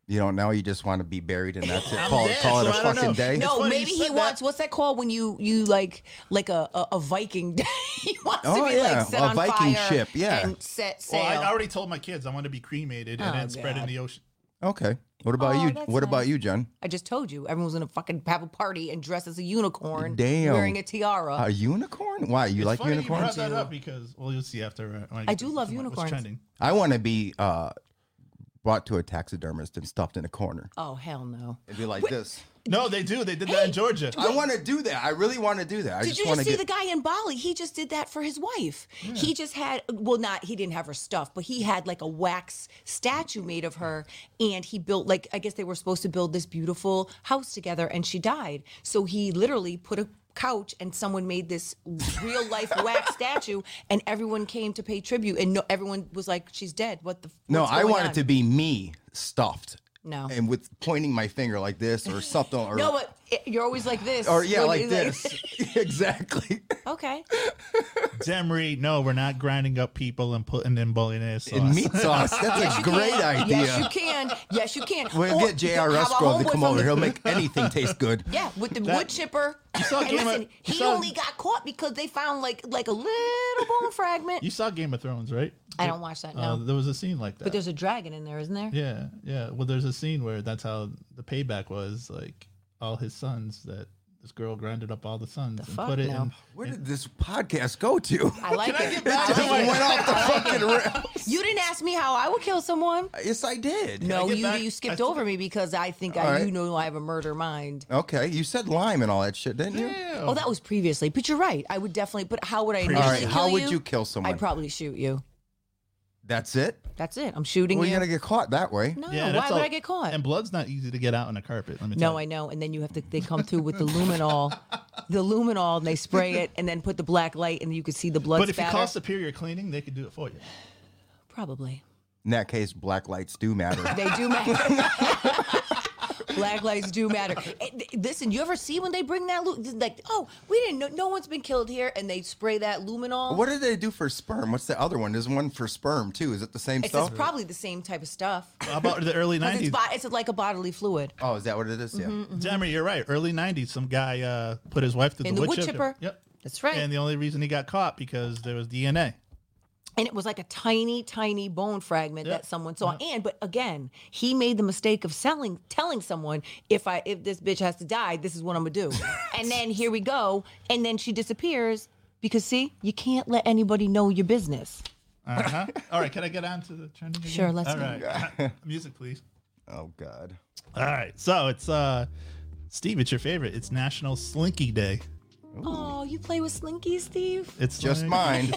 Speaker 1: You don't know. You just want to be buried, and that's it.
Speaker 3: I'm
Speaker 1: Call,
Speaker 3: dead,
Speaker 1: call it
Speaker 3: so
Speaker 1: a
Speaker 3: I don't know.
Speaker 1: fucking day.
Speaker 3: It's
Speaker 2: No,
Speaker 3: funny you
Speaker 2: maybe he
Speaker 3: said that.
Speaker 2: wants what's that called when you you like like a a, a Viking day. he wants
Speaker 1: Oh,
Speaker 2: to be
Speaker 1: yeah,
Speaker 2: like set
Speaker 1: a
Speaker 2: on
Speaker 1: Viking
Speaker 2: fire
Speaker 1: ship, yeah.
Speaker 2: and set sail.
Speaker 3: Well, I already told my kids I want to be cremated and
Speaker 2: Oh,
Speaker 3: then spread in
Speaker 2: God.
Speaker 3: the ocean.
Speaker 1: Okay. What about
Speaker 2: Oh,
Speaker 1: you?
Speaker 2: that's
Speaker 1: What about
Speaker 2: nice.
Speaker 1: you, Jen?
Speaker 2: I just told you everyone's gonna fucking have a party and dress as a unicorn,
Speaker 1: Damn.
Speaker 2: wearing a tiara.
Speaker 1: A unicorn? Why? You like
Speaker 3: Funny you brought
Speaker 1: unicorns?
Speaker 3: that up because well you'll see after uh, when
Speaker 2: I
Speaker 3: get
Speaker 2: do
Speaker 3: to
Speaker 2: love
Speaker 3: what's
Speaker 2: unicorns.
Speaker 3: trending.
Speaker 1: I want to be uh, brought to a taxidermist and stuffed in a corner.
Speaker 2: oh hell no!
Speaker 1: It'd be like this.
Speaker 3: No, they do. They did that in Georgia.
Speaker 1: I want to do that. I really want to do that. I
Speaker 2: Did
Speaker 1: just
Speaker 2: you
Speaker 1: want
Speaker 2: just
Speaker 1: to
Speaker 2: see
Speaker 1: get.
Speaker 2: the guy in Bali? He just did that for his wife. He just had well, not he didn't have her stuff, but he had like a wax statue made of her, and he built like I guess they were supposed to build this beautiful house together, and she died. So he literally put a couch and someone made this real life wax statue and everyone came to pay tribute and no everyone was like she's dead what the
Speaker 1: no,
Speaker 2: what's
Speaker 1: I
Speaker 2: going
Speaker 1: want
Speaker 2: on?"
Speaker 1: it to be me stuffed.
Speaker 2: No.
Speaker 1: And with pointing my finger like this or something. Or,
Speaker 2: no but it, you're always like this
Speaker 1: or yeah,
Speaker 2: when
Speaker 1: like
Speaker 2: you-
Speaker 1: this. exactly.
Speaker 2: okay
Speaker 3: Demery, no, we're not grinding up people and putting in bolognese sauce.
Speaker 1: And meat sauce. That's a great
Speaker 2: can.
Speaker 1: idea.
Speaker 2: Yes, you can. Yes, you can.
Speaker 1: We'll
Speaker 2: Or
Speaker 1: get J.R.
Speaker 2: have
Speaker 1: Rusko
Speaker 2: a
Speaker 1: to
Speaker 2: homeboy
Speaker 1: come
Speaker 2: from
Speaker 1: over.
Speaker 2: the-
Speaker 1: He'll make anything taste good.
Speaker 2: Yeah, with the wood chipper.
Speaker 3: saw
Speaker 2: and
Speaker 3: Game of-
Speaker 2: listen,
Speaker 3: you
Speaker 2: he
Speaker 3: saw-
Speaker 2: only got caught because they found like like a little bone fragment.
Speaker 3: You saw Game of Thrones, right?
Speaker 2: I don't watch that,
Speaker 3: Uh,
Speaker 2: no.
Speaker 3: there was a scene like that.
Speaker 2: but there's a dragon in there, isn't there?
Speaker 3: yeah, yeah. Well, there's a scene where that's how the payback was. Like all his sons, that this girl grinded up all the sons and
Speaker 2: fuck
Speaker 3: put it
Speaker 2: no.
Speaker 3: in.
Speaker 1: Where did this podcast go to?
Speaker 2: I like it. I
Speaker 1: Just
Speaker 2: like it.
Speaker 1: went off the fucking rails.
Speaker 2: You didn't ask me how I would kill someone.
Speaker 1: Yes, I did.
Speaker 2: No,
Speaker 3: get
Speaker 2: you
Speaker 3: back?
Speaker 2: you skipped
Speaker 3: I-
Speaker 2: over me because I think
Speaker 1: All
Speaker 2: I
Speaker 1: right.
Speaker 2: you know I have a murder mind.
Speaker 1: Okay, you said lime and all that shit, didn't you?
Speaker 3: Yeah.
Speaker 2: Oh, that was previously, but you're right. I would definitely. But how would I?
Speaker 3: All
Speaker 2: Initially
Speaker 1: All right,
Speaker 2: kill
Speaker 1: how
Speaker 2: you?
Speaker 1: would you kill someone?
Speaker 2: I'd probably shoot you.
Speaker 1: That's it.
Speaker 2: That's it. I'm shooting
Speaker 1: Well,
Speaker 2: you.
Speaker 1: you're gonna get caught that way.
Speaker 2: No,
Speaker 3: Yeah,
Speaker 2: why
Speaker 3: that's
Speaker 2: would
Speaker 3: all-
Speaker 2: I get caught?
Speaker 3: And blood's not easy to get out on a carpet. Let me tell
Speaker 2: No, I know. And then you have to, they come through with the luminol, the luminol, and they spray it and then put the black light and you can see the blood
Speaker 3: But if you
Speaker 2: spatter.
Speaker 3: call Superior Cleaning, they could do it for you.
Speaker 2: Probably.
Speaker 1: In that case, black lights do matter.
Speaker 2: They do matter. Black lives do matter. Eh, th- Listen, you ever see when they bring that lu- like, oh, we didn't know no one's been killed here, and they spray that luminol.
Speaker 1: what did they do for sperm? What's the other one? There's one for sperm too. Is it the same
Speaker 2: It's, it's
Speaker 1: stuff?
Speaker 2: probably the same type of stuff.
Speaker 3: How about the early
Speaker 2: 'Cause It's,
Speaker 3: '90s?
Speaker 2: bo- it's like a bodily fluid.
Speaker 1: oh, is that what it is?
Speaker 2: Mm-hmm,
Speaker 1: Yeah.
Speaker 3: Demmer, you're right. Early '90s, some guy uh, put his wife through
Speaker 2: In
Speaker 3: the, wood, chipper. Yep.
Speaker 2: That's right.
Speaker 3: And
Speaker 2: And,
Speaker 3: the only reason he got caught because there was DNA.
Speaker 2: it was like a tiny, tiny bone fragment
Speaker 3: Yeah. Uh-huh.
Speaker 2: that someone saw. And but again, he made the mistake of selling, telling someone, if I, if this bitch has to die, this is what I'm gonna do. and then here we go. And then she disappears because see, you can't let anybody know your business.
Speaker 3: Uh-huh. All right, can I get on to the trending? again?
Speaker 2: Sure, let's
Speaker 3: All
Speaker 2: go.
Speaker 3: right. Music, please.
Speaker 1: Oh God.
Speaker 3: All right, so it's uh, Steve. It's your favorite. It's National Slinky Day.
Speaker 2: Oh, you play with Slinky, Steve?
Speaker 3: It's
Speaker 1: Just
Speaker 3: like-
Speaker 1: mine.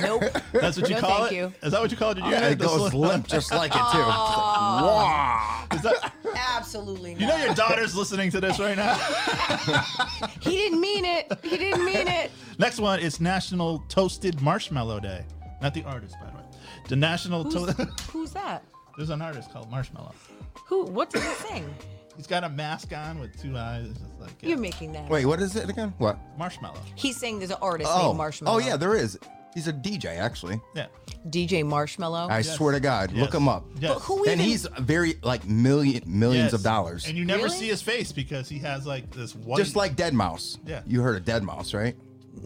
Speaker 2: Nope.
Speaker 3: That's what you
Speaker 2: No,
Speaker 3: call
Speaker 2: thank
Speaker 3: it.
Speaker 2: you.
Speaker 3: Is that what you call it? Did you
Speaker 1: Yeah,
Speaker 3: have
Speaker 1: it
Speaker 3: the
Speaker 1: goes
Speaker 3: sli-
Speaker 1: limp just like it too. It's like, wah.
Speaker 3: Is that-
Speaker 2: Absolutely
Speaker 3: you
Speaker 2: not.
Speaker 3: know your daughter's listening to this right now.
Speaker 2: He didn't mean it. He didn't mean it.
Speaker 3: Next one is National Toasted Marshmallow Day. Not the artist, by the way. The National
Speaker 2: Who's,
Speaker 3: to-
Speaker 2: who's that?
Speaker 3: There's an artist called Marshmallow.
Speaker 2: Who? What does it sing?
Speaker 3: He's got a mask on with two eyes. It's just like yeah.
Speaker 2: You're making that.
Speaker 1: Wait, what is it again? What?
Speaker 3: marshmallow.
Speaker 2: He's saying there's an artist
Speaker 1: Oh,
Speaker 2: named Marshmallow.
Speaker 1: oh yeah, there is. He's a DJ actually.
Speaker 3: Yeah.
Speaker 2: DJ Marshmallow.
Speaker 1: I swear to God, look
Speaker 3: Yes.
Speaker 1: him up.
Speaker 3: Yes.
Speaker 2: But who
Speaker 1: And
Speaker 2: even?
Speaker 1: he's very like million millions
Speaker 3: Yes.
Speaker 1: of dollars.
Speaker 3: And you never
Speaker 2: Really?
Speaker 3: see his face because he has like this white.
Speaker 1: Just like Dead Mouse.
Speaker 3: Yeah.
Speaker 1: You heard of Dead Mouse, right?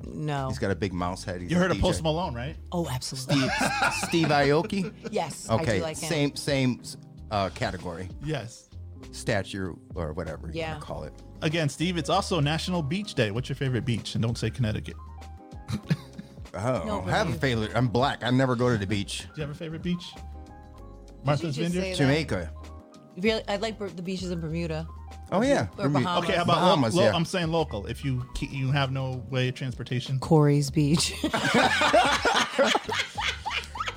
Speaker 2: no.
Speaker 1: He's got a big mouse head. He's
Speaker 3: you
Speaker 1: a
Speaker 3: heard of
Speaker 1: DJ.
Speaker 3: Post Malone, right?
Speaker 2: oh, absolutely.
Speaker 1: Steve, Steve Aoki.
Speaker 2: Yes. I
Speaker 1: Okay,
Speaker 2: do like him.
Speaker 1: same same uh, category,
Speaker 3: Yes.
Speaker 1: stature or whatever you
Speaker 2: Yeah.
Speaker 1: want to call it.
Speaker 3: Again, Steve, it's also National Beach Day. What's your favorite beach? And don't say Connecticut. Do
Speaker 1: Oh,
Speaker 2: No,
Speaker 1: I have a
Speaker 2: really.
Speaker 1: failure. I'm black. I never go to the beach.
Speaker 3: you have a favorite beach? Martha's
Speaker 2: just
Speaker 3: Vineyard.
Speaker 2: say that?
Speaker 1: Jamaica.
Speaker 2: Really, I like Ber- the beaches in Bermuda.
Speaker 1: Oh yeah.
Speaker 2: Or
Speaker 1: Bermuda.
Speaker 2: Bahamas.
Speaker 3: Okay, how about
Speaker 1: Bahamas,
Speaker 3: lo-
Speaker 1: yeah.
Speaker 3: I'm saying local. If you ke- you have no way of transportation,
Speaker 2: Corey's Beach.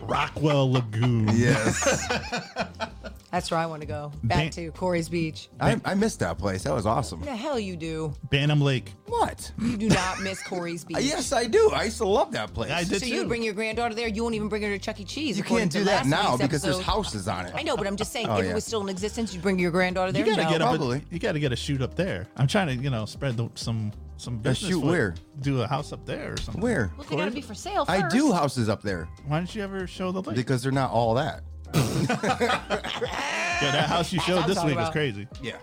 Speaker 3: Rockwell Lagoon.
Speaker 1: Yes.
Speaker 2: That's where I want to go. Back
Speaker 3: Ban-
Speaker 2: to Corey's Beach.
Speaker 1: I, I missed that place. That was awesome.
Speaker 2: The hell you do.
Speaker 3: Bantam Lake.
Speaker 1: What?
Speaker 2: You do not miss Corey's Beach.
Speaker 1: Yes, I do. I used to love that place.
Speaker 3: I did
Speaker 2: So
Speaker 3: too.
Speaker 2: you bring your granddaughter there. You won't even bring her to Chuck E. Cheese.
Speaker 1: You
Speaker 2: according
Speaker 1: can't
Speaker 2: to
Speaker 1: do that
Speaker 2: last
Speaker 1: now
Speaker 2: week's
Speaker 1: because there's
Speaker 2: episode.
Speaker 1: houses on it.
Speaker 2: I know, but I'm just saying,
Speaker 1: Oh,
Speaker 2: if
Speaker 1: yeah.
Speaker 2: it was still in existence, you'd bring your granddaughter there.
Speaker 3: you gotta
Speaker 2: No.
Speaker 3: get a
Speaker 1: Oh, Probably.
Speaker 3: you gotta get a shoot up there. I'm trying to you know spread the, some some business.
Speaker 1: shoot
Speaker 3: for-
Speaker 1: where?
Speaker 3: Do a house up there or something.
Speaker 1: Where?
Speaker 2: Well, they gotta be for sale. First.
Speaker 1: I do houses up there
Speaker 3: Why didn't you ever show the lake?
Speaker 1: because they're not all that.
Speaker 3: yeah, that house you
Speaker 2: what
Speaker 3: showed
Speaker 2: I'm
Speaker 3: this
Speaker 2: talking
Speaker 3: week was
Speaker 2: about.
Speaker 3: crazy.
Speaker 1: Yeah.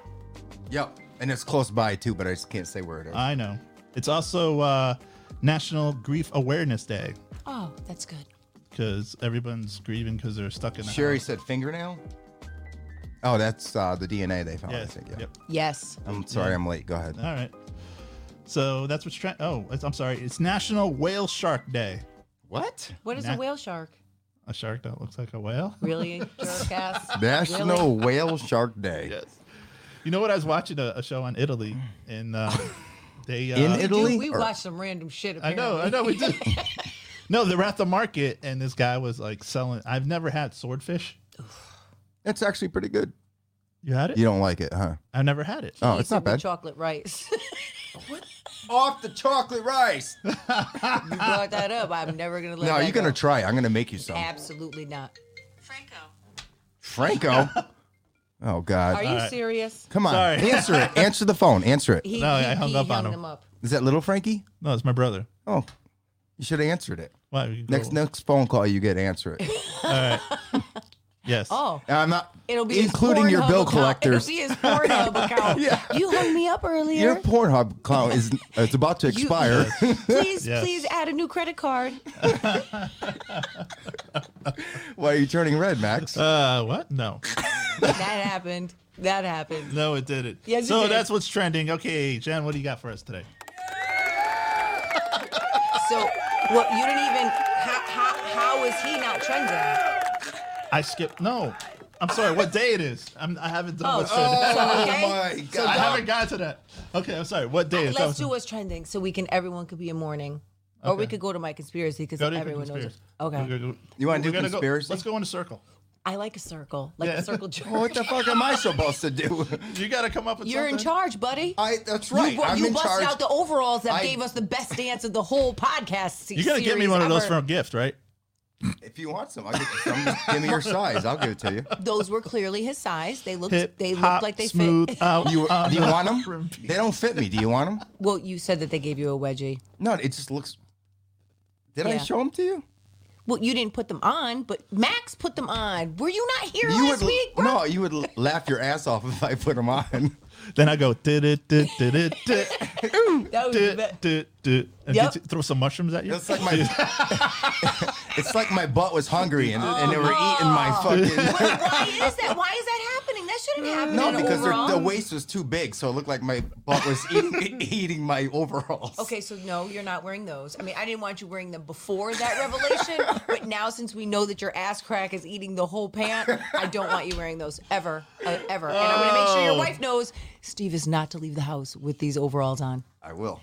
Speaker 1: Yep. And it's close by too, but I just can't say where it is.
Speaker 2: Uh,
Speaker 3: I know. It's also uh, National Grief Awareness Day
Speaker 2: Oh, that's good.
Speaker 3: because everyone's grieving because they're stuck in. the
Speaker 1: Sherry
Speaker 3: house.
Speaker 1: said fingernail. Oh, that's uh, the DNA they found. I
Speaker 3: Yes.
Speaker 1: think, yeah.
Speaker 3: Yep.
Speaker 2: Yes.
Speaker 1: I'm sorry, I'm late. Go
Speaker 2: Uh,
Speaker 1: ahead.
Speaker 3: All right. So that's what's trying. Oh, it's, I'm sorry. It's National Whale Shark Day.
Speaker 1: What?
Speaker 2: What is
Speaker 3: Nah.
Speaker 2: a whale shark?
Speaker 3: A shark that looks like a whale.
Speaker 2: Really, Jerkass? Really?
Speaker 1: National Whale Shark Day.
Speaker 3: You know what? I was watching a, a show on Italy, and uh, they uh,
Speaker 1: Mm. In
Speaker 2: We do-
Speaker 1: Italy?
Speaker 2: we
Speaker 1: Or-
Speaker 2: watch some random shit.
Speaker 3: I
Speaker 2: Apparently.
Speaker 3: know, I know, we did. no, they were at the market, and this guy was like selling. I've never had swordfish.
Speaker 1: It's actually pretty good.
Speaker 3: You had it?
Speaker 1: You don't like it, huh?
Speaker 3: I've never had it.
Speaker 1: Oh,
Speaker 2: He
Speaker 1: it's
Speaker 2: said
Speaker 1: not
Speaker 2: with
Speaker 1: bad.
Speaker 2: Chocolate rice.
Speaker 1: Off the chocolate rice.
Speaker 2: you brought that up. I'm never gonna let.
Speaker 1: No,
Speaker 2: that
Speaker 1: you're gonna
Speaker 2: go.
Speaker 1: try. I'm gonna make you some.
Speaker 2: Absolutely not.
Speaker 1: Franco. Oh
Speaker 2: Are
Speaker 1: God.
Speaker 2: you
Speaker 3: right.
Speaker 2: serious?
Speaker 1: Come on.
Speaker 3: Sorry.
Speaker 1: Answer it. Answer the phone. Answer it.
Speaker 2: He,
Speaker 3: No,
Speaker 2: he,
Speaker 3: I hung
Speaker 2: he
Speaker 3: up on
Speaker 2: hung
Speaker 3: him.
Speaker 2: them up.
Speaker 1: Is that little Frankie?
Speaker 3: No, it's my brother.
Speaker 1: Oh, you should have answered it.
Speaker 3: Why? you go-
Speaker 1: Next
Speaker 2: Oh.
Speaker 1: next phone call you get, answer it.
Speaker 3: Yes.
Speaker 2: Oh,
Speaker 1: And I'm not
Speaker 2: it'll be his
Speaker 1: including your
Speaker 2: Pornhub
Speaker 1: bill
Speaker 2: account.
Speaker 1: collectors.
Speaker 2: It'll be his Pornhub account. You hung me up earlier.
Speaker 1: Your Pornhub account is it's about to
Speaker 2: You-
Speaker 1: expire.
Speaker 2: Please,
Speaker 3: Yes.
Speaker 2: please add a new credit card.
Speaker 1: Why are you turning red, Max?
Speaker 2: Oh,
Speaker 3: Uh, what? No.
Speaker 2: that happened. That happened.
Speaker 3: No, it didn't.
Speaker 2: Yes, it
Speaker 3: so
Speaker 2: did.
Speaker 3: that's what's trending. Okay, Jen, what do you got for us today?
Speaker 2: So, what? You didn't even. How, how, how is he not trending?
Speaker 3: I skipped. No, I'm sorry. What day it is? I'm, I haven't done
Speaker 2: Oh,
Speaker 3: what's trending.
Speaker 2: so, okay.
Speaker 1: Oh, my
Speaker 2: So
Speaker 3: I
Speaker 1: God.
Speaker 3: haven't got to that. Okay, I'm sorry. What day is
Speaker 2: Let's do what's trending so we can everyone could be a mourning. Or we
Speaker 3: Okay.
Speaker 2: could go to my conspiracy because
Speaker 3: Go to your
Speaker 2: everyone knows it.
Speaker 3: conspiracy.
Speaker 2: Okay.
Speaker 3: Go- go- go-
Speaker 1: You wanna do
Speaker 3: we're gonna go-
Speaker 1: conspiracy?
Speaker 3: Let's go in a circle.
Speaker 2: I like a circle, like
Speaker 3: Yeah.
Speaker 2: a circle jerk.
Speaker 1: What the fuck am I supposed to do?
Speaker 3: You got to come up with
Speaker 2: You're in
Speaker 3: something.
Speaker 2: charge, buddy.
Speaker 1: I that's
Speaker 2: You
Speaker 1: right.
Speaker 2: bu-
Speaker 1: I'm
Speaker 2: you
Speaker 1: in
Speaker 2: busted
Speaker 1: charge.
Speaker 2: out the overalls that
Speaker 1: I-
Speaker 2: gave us the best dance of the whole podcast. se-
Speaker 3: You gotta get me
Speaker 2: series
Speaker 3: one of those
Speaker 2: ever.
Speaker 3: from a gift, right?
Speaker 1: If you want some, I'll get you some. Give me your size. I'll give it to you.
Speaker 2: Those were clearly his size. They looked
Speaker 3: Hip,
Speaker 2: they
Speaker 3: hop,
Speaker 2: looked like they
Speaker 3: smooth
Speaker 2: fit.
Speaker 3: out.
Speaker 1: You,
Speaker 3: uh,
Speaker 1: do you want them? They don't fit me. Do you want them?
Speaker 2: Well, you said that they gave you a wedgie.
Speaker 1: No, it just looks. Did I
Speaker 2: Yeah.
Speaker 1: show them to you?
Speaker 2: Well, you didn't put them on, but Max put them on. Were you not here
Speaker 1: You
Speaker 2: last
Speaker 1: would
Speaker 2: week? Bro?
Speaker 1: no, you would laugh your ass off if I put them on.
Speaker 3: Then I go did it did did it did
Speaker 2: That was the
Speaker 3: did
Speaker 2: best.
Speaker 3: did did and
Speaker 2: Yep.
Speaker 3: did you throw some mushrooms at you.
Speaker 1: It's like my, it's like my butt was hungry and, and they were eating my
Speaker 2: Oh.
Speaker 1: fucking.
Speaker 2: Wait, why is that? Why is that happening? That shouldn't happen.
Speaker 1: No,
Speaker 2: in an
Speaker 1: because their-
Speaker 2: overall.
Speaker 1: the waist was too big, so it looked like my butt was eating, eating my overalls.
Speaker 2: Okay, so no, you're not wearing those. I mean, I didn't want you wearing them before that revelation, but now since we know that your ass crack is eating the whole pant, I don't want you wearing those ever, uh, ever. And I'm gonna make sure
Speaker 1: Oh.
Speaker 2: your wife knows Steve is not to leave the house with these overalls on.
Speaker 1: I will.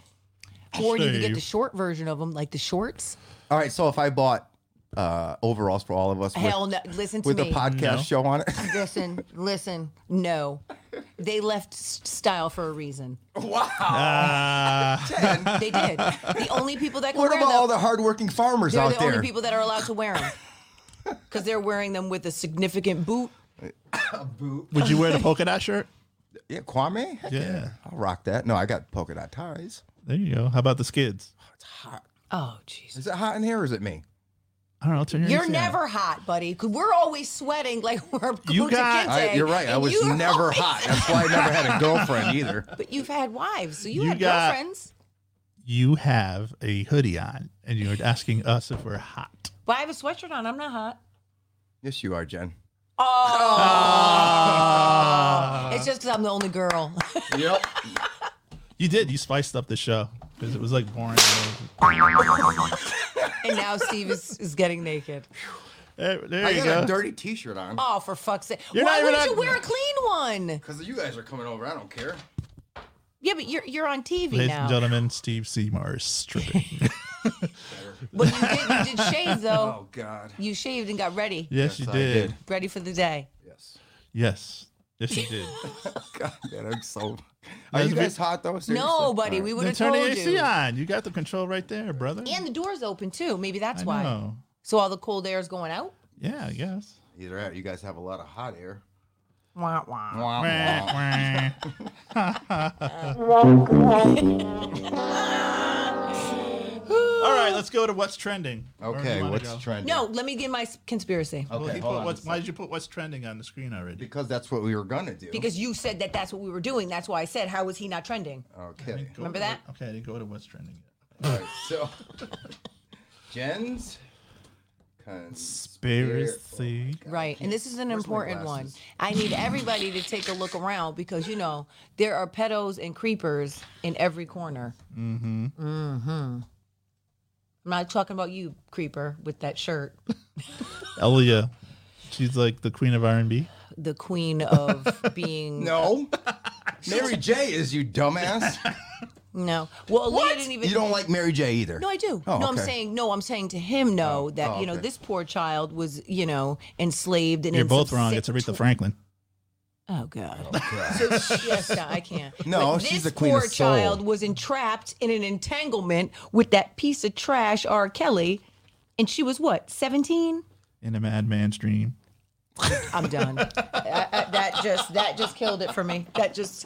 Speaker 2: Or you can get the
Speaker 3: Steve.
Speaker 2: short version of them, like the shorts.
Speaker 1: All right, so if I bought uh, overalls for all of us
Speaker 2: Hell no! Listen to
Speaker 1: with, with
Speaker 2: me.
Speaker 1: a podcast
Speaker 3: No.
Speaker 1: show on it,
Speaker 2: listen, listen. No, they left s- style for a reason.
Speaker 3: Ah,
Speaker 2: They did. The only people that can
Speaker 1: what
Speaker 2: wear
Speaker 1: about
Speaker 2: them
Speaker 1: all the hardworking farmers
Speaker 2: They're
Speaker 1: out
Speaker 2: the
Speaker 1: there?
Speaker 2: only people that are allowed to wear them because they're wearing them with a significant boot.
Speaker 3: would you wear the polka dot shirt?
Speaker 1: Yeah, Kwame. Heck yeah.
Speaker 3: Yeah.
Speaker 1: I'll rock that. No, I got polka dot ties.
Speaker 3: There you go. How about the skids?
Speaker 1: It's hot.
Speaker 2: Oh, Jesus.
Speaker 1: Is it hot in here or is it me?
Speaker 3: I don't know. Turn your
Speaker 2: You're
Speaker 3: AC on.
Speaker 2: never hot, buddy. Cause we're always sweating like we're
Speaker 3: You
Speaker 2: Kunta
Speaker 3: got-
Speaker 2: Kinte,
Speaker 1: I, you're right. I
Speaker 2: and
Speaker 1: was
Speaker 2: you're
Speaker 1: never
Speaker 2: always-
Speaker 1: hot. That's why I never had a girlfriend either.
Speaker 2: But you've had wives, so you,
Speaker 3: You
Speaker 2: had
Speaker 3: got-
Speaker 2: girlfriends.
Speaker 3: You have a hoodie on, and you're asking us if we're hot.
Speaker 2: But I have a sweatshirt on. I'm not hot.
Speaker 1: Yes, you are, Jen.
Speaker 2: it's just because I'm the only girl.
Speaker 1: Yep.
Speaker 3: You did. You spiced up the show because it was like boring.
Speaker 2: and now Steve is, is getting naked.
Speaker 3: There, there
Speaker 1: I
Speaker 3: you
Speaker 1: got
Speaker 3: go.
Speaker 1: a dirty T-shirt on
Speaker 2: Oh, for fuck's sake.
Speaker 3: You're
Speaker 2: Why
Speaker 3: not
Speaker 2: would
Speaker 3: even
Speaker 2: you
Speaker 3: on-
Speaker 2: wear a clean one?
Speaker 1: because you guys are coming over. I don't care.
Speaker 2: Yeah, but you're you're on TV
Speaker 3: Ladies
Speaker 2: now.
Speaker 3: and gentlemen, Steve Seymour is stripping.
Speaker 2: But you did, you did shave though.
Speaker 1: Oh God.
Speaker 2: You shaved and got ready.
Speaker 3: yes, you
Speaker 1: I
Speaker 3: did.
Speaker 1: did.
Speaker 2: Ready for the day.
Speaker 1: Yes.
Speaker 3: Yes. Yes, you did.
Speaker 1: God, man, I'm so. Are
Speaker 3: Yes,
Speaker 1: you
Speaker 3: we-
Speaker 1: guys hot though? Seriously?
Speaker 2: No, buddy,
Speaker 1: All right.
Speaker 2: we would
Speaker 3: then
Speaker 2: have
Speaker 3: turn
Speaker 2: told
Speaker 3: the AC
Speaker 2: you.
Speaker 3: on. You got the control right there, brother.
Speaker 2: And the door's open too. Maybe that's
Speaker 3: I
Speaker 2: why.
Speaker 3: know.
Speaker 2: So all the cold air is going out.
Speaker 3: Yeah, I guess.
Speaker 1: Either way, you guys have a lot of hot air.
Speaker 2: Wah, wah.
Speaker 1: Wah, wah.
Speaker 3: Wah, wah. All right, let's go to what's trending. Where do you
Speaker 1: Okay,
Speaker 3: wanna
Speaker 1: what's
Speaker 3: go?
Speaker 1: trending?
Speaker 2: No, let me give my s- conspiracy
Speaker 1: Okay,
Speaker 3: Well, he
Speaker 1: hold
Speaker 3: put
Speaker 1: on
Speaker 3: what's,
Speaker 1: a
Speaker 3: why
Speaker 1: sec.
Speaker 3: did you put what's trending on the screen already?
Speaker 1: Because that's what we were gonna do.
Speaker 2: because you said that that's what we were doing. That's why I said, how is he not trending?
Speaker 1: okay.
Speaker 3: Go
Speaker 2: Remember
Speaker 3: to-
Speaker 2: that?
Speaker 3: Okay, I didn't go to what's trending yet.
Speaker 1: All right, so Jen's conspiracy.
Speaker 3: Conspiracy.
Speaker 2: Right. And this is an
Speaker 1: Where's my
Speaker 2: important one.
Speaker 1: glasses?
Speaker 2: I need everybody to take a look around because, you know, there are pedos and creepers in every corner. Mm hmm. Mm
Speaker 1: Mm-hmm.
Speaker 2: hmm. I'm not talking about you, creeper, with that shirt.
Speaker 3: Elia. She's like the queen of R&B.
Speaker 2: The queen of being.
Speaker 1: No, Mary J is you dumbass.
Speaker 2: No. Well, Leah didn't even.
Speaker 1: you don't like Mary J either.
Speaker 2: No, I do.
Speaker 1: Oh,
Speaker 2: no, I'm
Speaker 1: okay.
Speaker 2: saying no. I'm saying to him, no, that
Speaker 1: oh,
Speaker 2: you know
Speaker 1: okay.
Speaker 2: this poor child was, you know, enslaved and
Speaker 3: You're
Speaker 2: in
Speaker 3: both
Speaker 2: some
Speaker 3: wrong.
Speaker 2: sick
Speaker 3: It's Aretha
Speaker 2: tw-
Speaker 3: Franklin.
Speaker 2: Oh God.
Speaker 1: God.
Speaker 2: So yes, no, I can't.
Speaker 1: No,
Speaker 2: But
Speaker 1: she's
Speaker 2: this
Speaker 1: the queen
Speaker 2: poor
Speaker 1: of soul.
Speaker 2: child was entrapped in an entanglement with that piece of trash R. Kelly, and she was what, 17?
Speaker 3: In a madman's dream.
Speaker 2: I'm done. I- I- that just that just killed it for me. That just.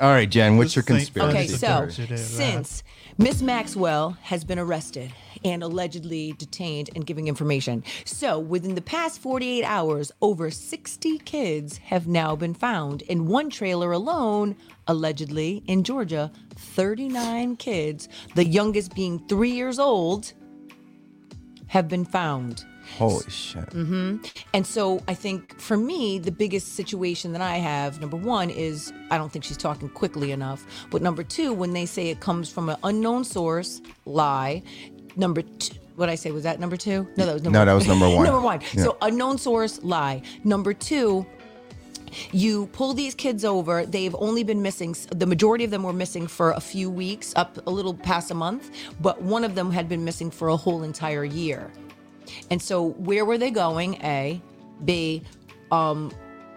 Speaker 1: All right, Jen, what's your
Speaker 3: Saint
Speaker 1: conspiracy?
Speaker 2: Okay,
Speaker 3: That's the
Speaker 2: so
Speaker 3: first it is, right?
Speaker 2: since Miss Maxwell has been arrested and allegedly detained and giving information, so within the past 48 hours, over 60 kids have now been found in one trailer alone, allegedly in Georgia. 39 kids, the youngest being three years old, have been found.
Speaker 1: holy shit.
Speaker 2: And so I think for me, the biggest situation that I have, number one, is I don't think she's talking quickly enough. But number two, when they say it comes from an unknown source, lie. Number two, what I say was that number two? No, that was number
Speaker 1: No, that was number one.
Speaker 2: number one. So unknown source, lie. Number two, you pull these kids over they've only been missing the majority of them were missing for a few weeks up a little past a month but one of them had been missing for a whole entire year and so where were they going a b um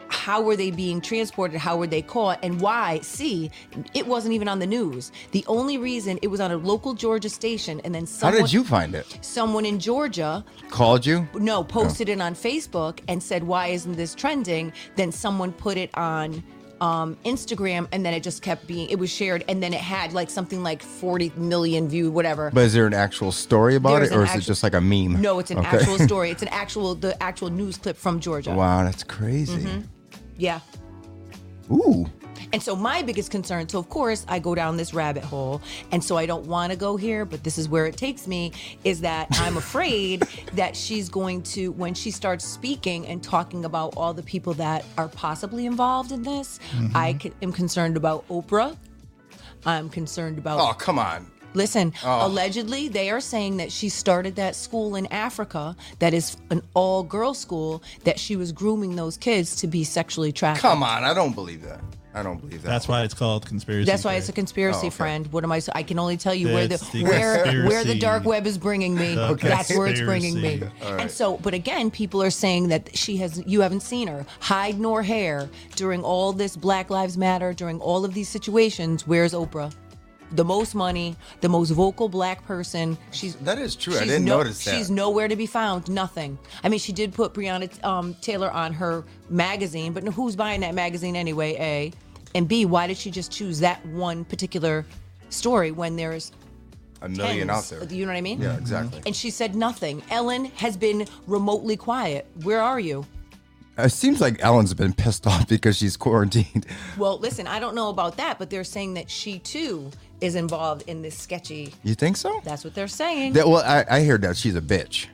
Speaker 2: how were they being transported? How were they caught? And why? See, it wasn't even on the news. The only reason it was on a local Georgia station, and then
Speaker 1: How
Speaker 2: someone,
Speaker 1: did you find it?
Speaker 2: someone in Georgia
Speaker 1: Called you?
Speaker 2: no, posted it on Facebook and said, "Why isn't this trending?" Then someone put it on um, Instagram, and then it just kept being. It was shared, and then it had like something like forty million view, whatever.
Speaker 1: But is there an actual story about
Speaker 2: There's
Speaker 1: it,
Speaker 2: an
Speaker 1: or is it
Speaker 2: actu-
Speaker 1: just like a meme?
Speaker 2: no, it's an
Speaker 1: Okay.
Speaker 2: actual story. It's an actual the actual news clip from Georgia.
Speaker 1: Wow, that's crazy.
Speaker 2: Mm-hmm. Yeah.
Speaker 1: Ooh,
Speaker 2: And so my biggest concern, so of course I go down this rabbit hole, and so I don't want to go here, but this is where it takes me, is that I'm afraid that she's going to, when she starts speaking and talking about all the people that are possibly involved in this, I c- am concerned about Oprah. I'm concerned about
Speaker 1: oh come on.
Speaker 2: Listen, allegedly, they are saying that she started that school in Africa that is an all girl school, that she was grooming those kids to be sexually trafficked.
Speaker 1: Come on, I don't believe that. I don't believe that.
Speaker 3: That's why it's called conspiracy. Oh,
Speaker 2: That's why it's a conspiracy,
Speaker 1: okay.
Speaker 2: friend. What am I? s- I can only tell you where the,
Speaker 3: That's the
Speaker 2: where where the
Speaker 3: conspiracy.
Speaker 2: dark web is bringing me.
Speaker 3: The
Speaker 2: That's where it's bringing me.
Speaker 3: conspiracy.
Speaker 2: And so, but again, people are saying that she has. You haven't seen her hide nor hair during all this Black Lives Matter, during all of these situations. Where's Oprah? The most money, the most vocal black person. She's
Speaker 1: That is true. I
Speaker 2: she's
Speaker 1: didn't notice that.
Speaker 2: She's nowhere to be found. Nothing. I mean, she did put Breonna um, Taylor on her magazine, but who's buying that magazine anyway? A and B. Why did she just choose that one particular story when there's
Speaker 1: a million
Speaker 2: tens?
Speaker 1: out there.
Speaker 2: You know what I mean?
Speaker 1: Yeah, exactly.
Speaker 2: And she said nothing. Ellen has been remotely quiet. Where are you?
Speaker 1: It seems like Ellen's been pissed off because she's quarantined.
Speaker 2: Well, listen, I don't know about that, but they're saying that she too is involved in this sketchy.
Speaker 1: You think so?
Speaker 2: That's what they're saying.
Speaker 1: That well, I, I heard that she's a bitch,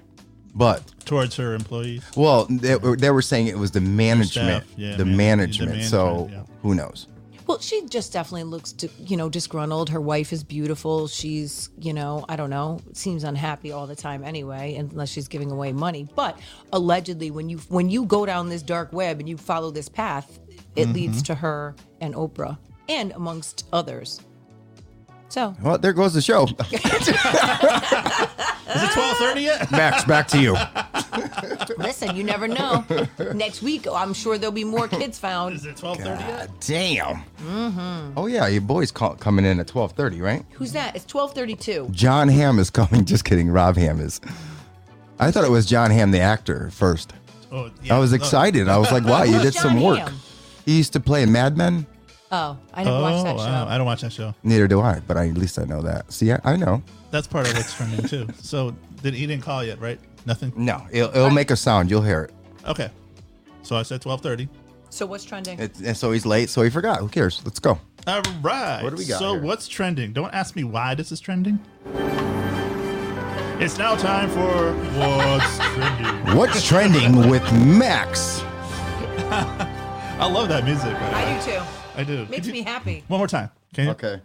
Speaker 1: but
Speaker 3: towards her employees.
Speaker 1: well, they, they were saying it was the management,
Speaker 3: yeah,
Speaker 1: the,
Speaker 3: man- the
Speaker 1: management. So
Speaker 3: management, yeah.
Speaker 1: who knows?
Speaker 2: Well, she just definitely looks, di- you know, disgruntled. Her wife is beautiful. She's, you know, I don't know, seems unhappy all the time anyway, unless she's giving away money. But allegedly, when you when you go down this dark web and you follow this path, it
Speaker 3: Mm-hmm.
Speaker 2: leads to her and Oprah, and amongst others. So
Speaker 1: Well, there goes the show.
Speaker 3: Is
Speaker 2: Ah!
Speaker 3: it twelve thirty yet?
Speaker 1: Max, back to you.
Speaker 2: listen, you never know. Next week, I'm sure there'll be more kids
Speaker 3: Is
Speaker 2: found.
Speaker 3: it twelve thirty yet?
Speaker 1: Damn.
Speaker 2: Mm-hmm.
Speaker 1: Oh yeah, your boy's call, coming in at twelve thirty, right?
Speaker 2: Who's that? It's 12:32.
Speaker 1: John Hamm is coming. Just kidding. Rob Hamm is. I thought it was John Hamm, the actor, at first.
Speaker 3: Oh,
Speaker 1: I was
Speaker 3: no.
Speaker 1: excited. I was like, wow, you
Speaker 2: Who's
Speaker 1: did some
Speaker 2: John
Speaker 1: work.
Speaker 2: Hamm?
Speaker 1: He used to play in Mad Men.
Speaker 2: Oh, I didn't
Speaker 3: Oh,
Speaker 2: watch that show.
Speaker 3: wow. I don't watch that show.
Speaker 1: Neither do I, but I, at least I know that. See, I, I know.
Speaker 3: That's part of what's trending too. So did he didn't call yet, right? Nothing.
Speaker 1: No, it'll, it'll make a sound. You'll hear it.
Speaker 3: Okay. So I said twelve thirty.
Speaker 2: So what's trending?
Speaker 1: It's- and so he's late, so he forgot. Who cares? Let's go.
Speaker 3: All right.
Speaker 1: What do we got
Speaker 3: So
Speaker 1: here?
Speaker 3: what's trending? Don't ask me why this is trending. It's now time for what's trending.
Speaker 1: What's trending with Max?
Speaker 3: I love that music. by the way.
Speaker 2: I do too.
Speaker 3: I do.
Speaker 2: Makes me happy.
Speaker 3: One more time. Can you?
Speaker 1: Okay.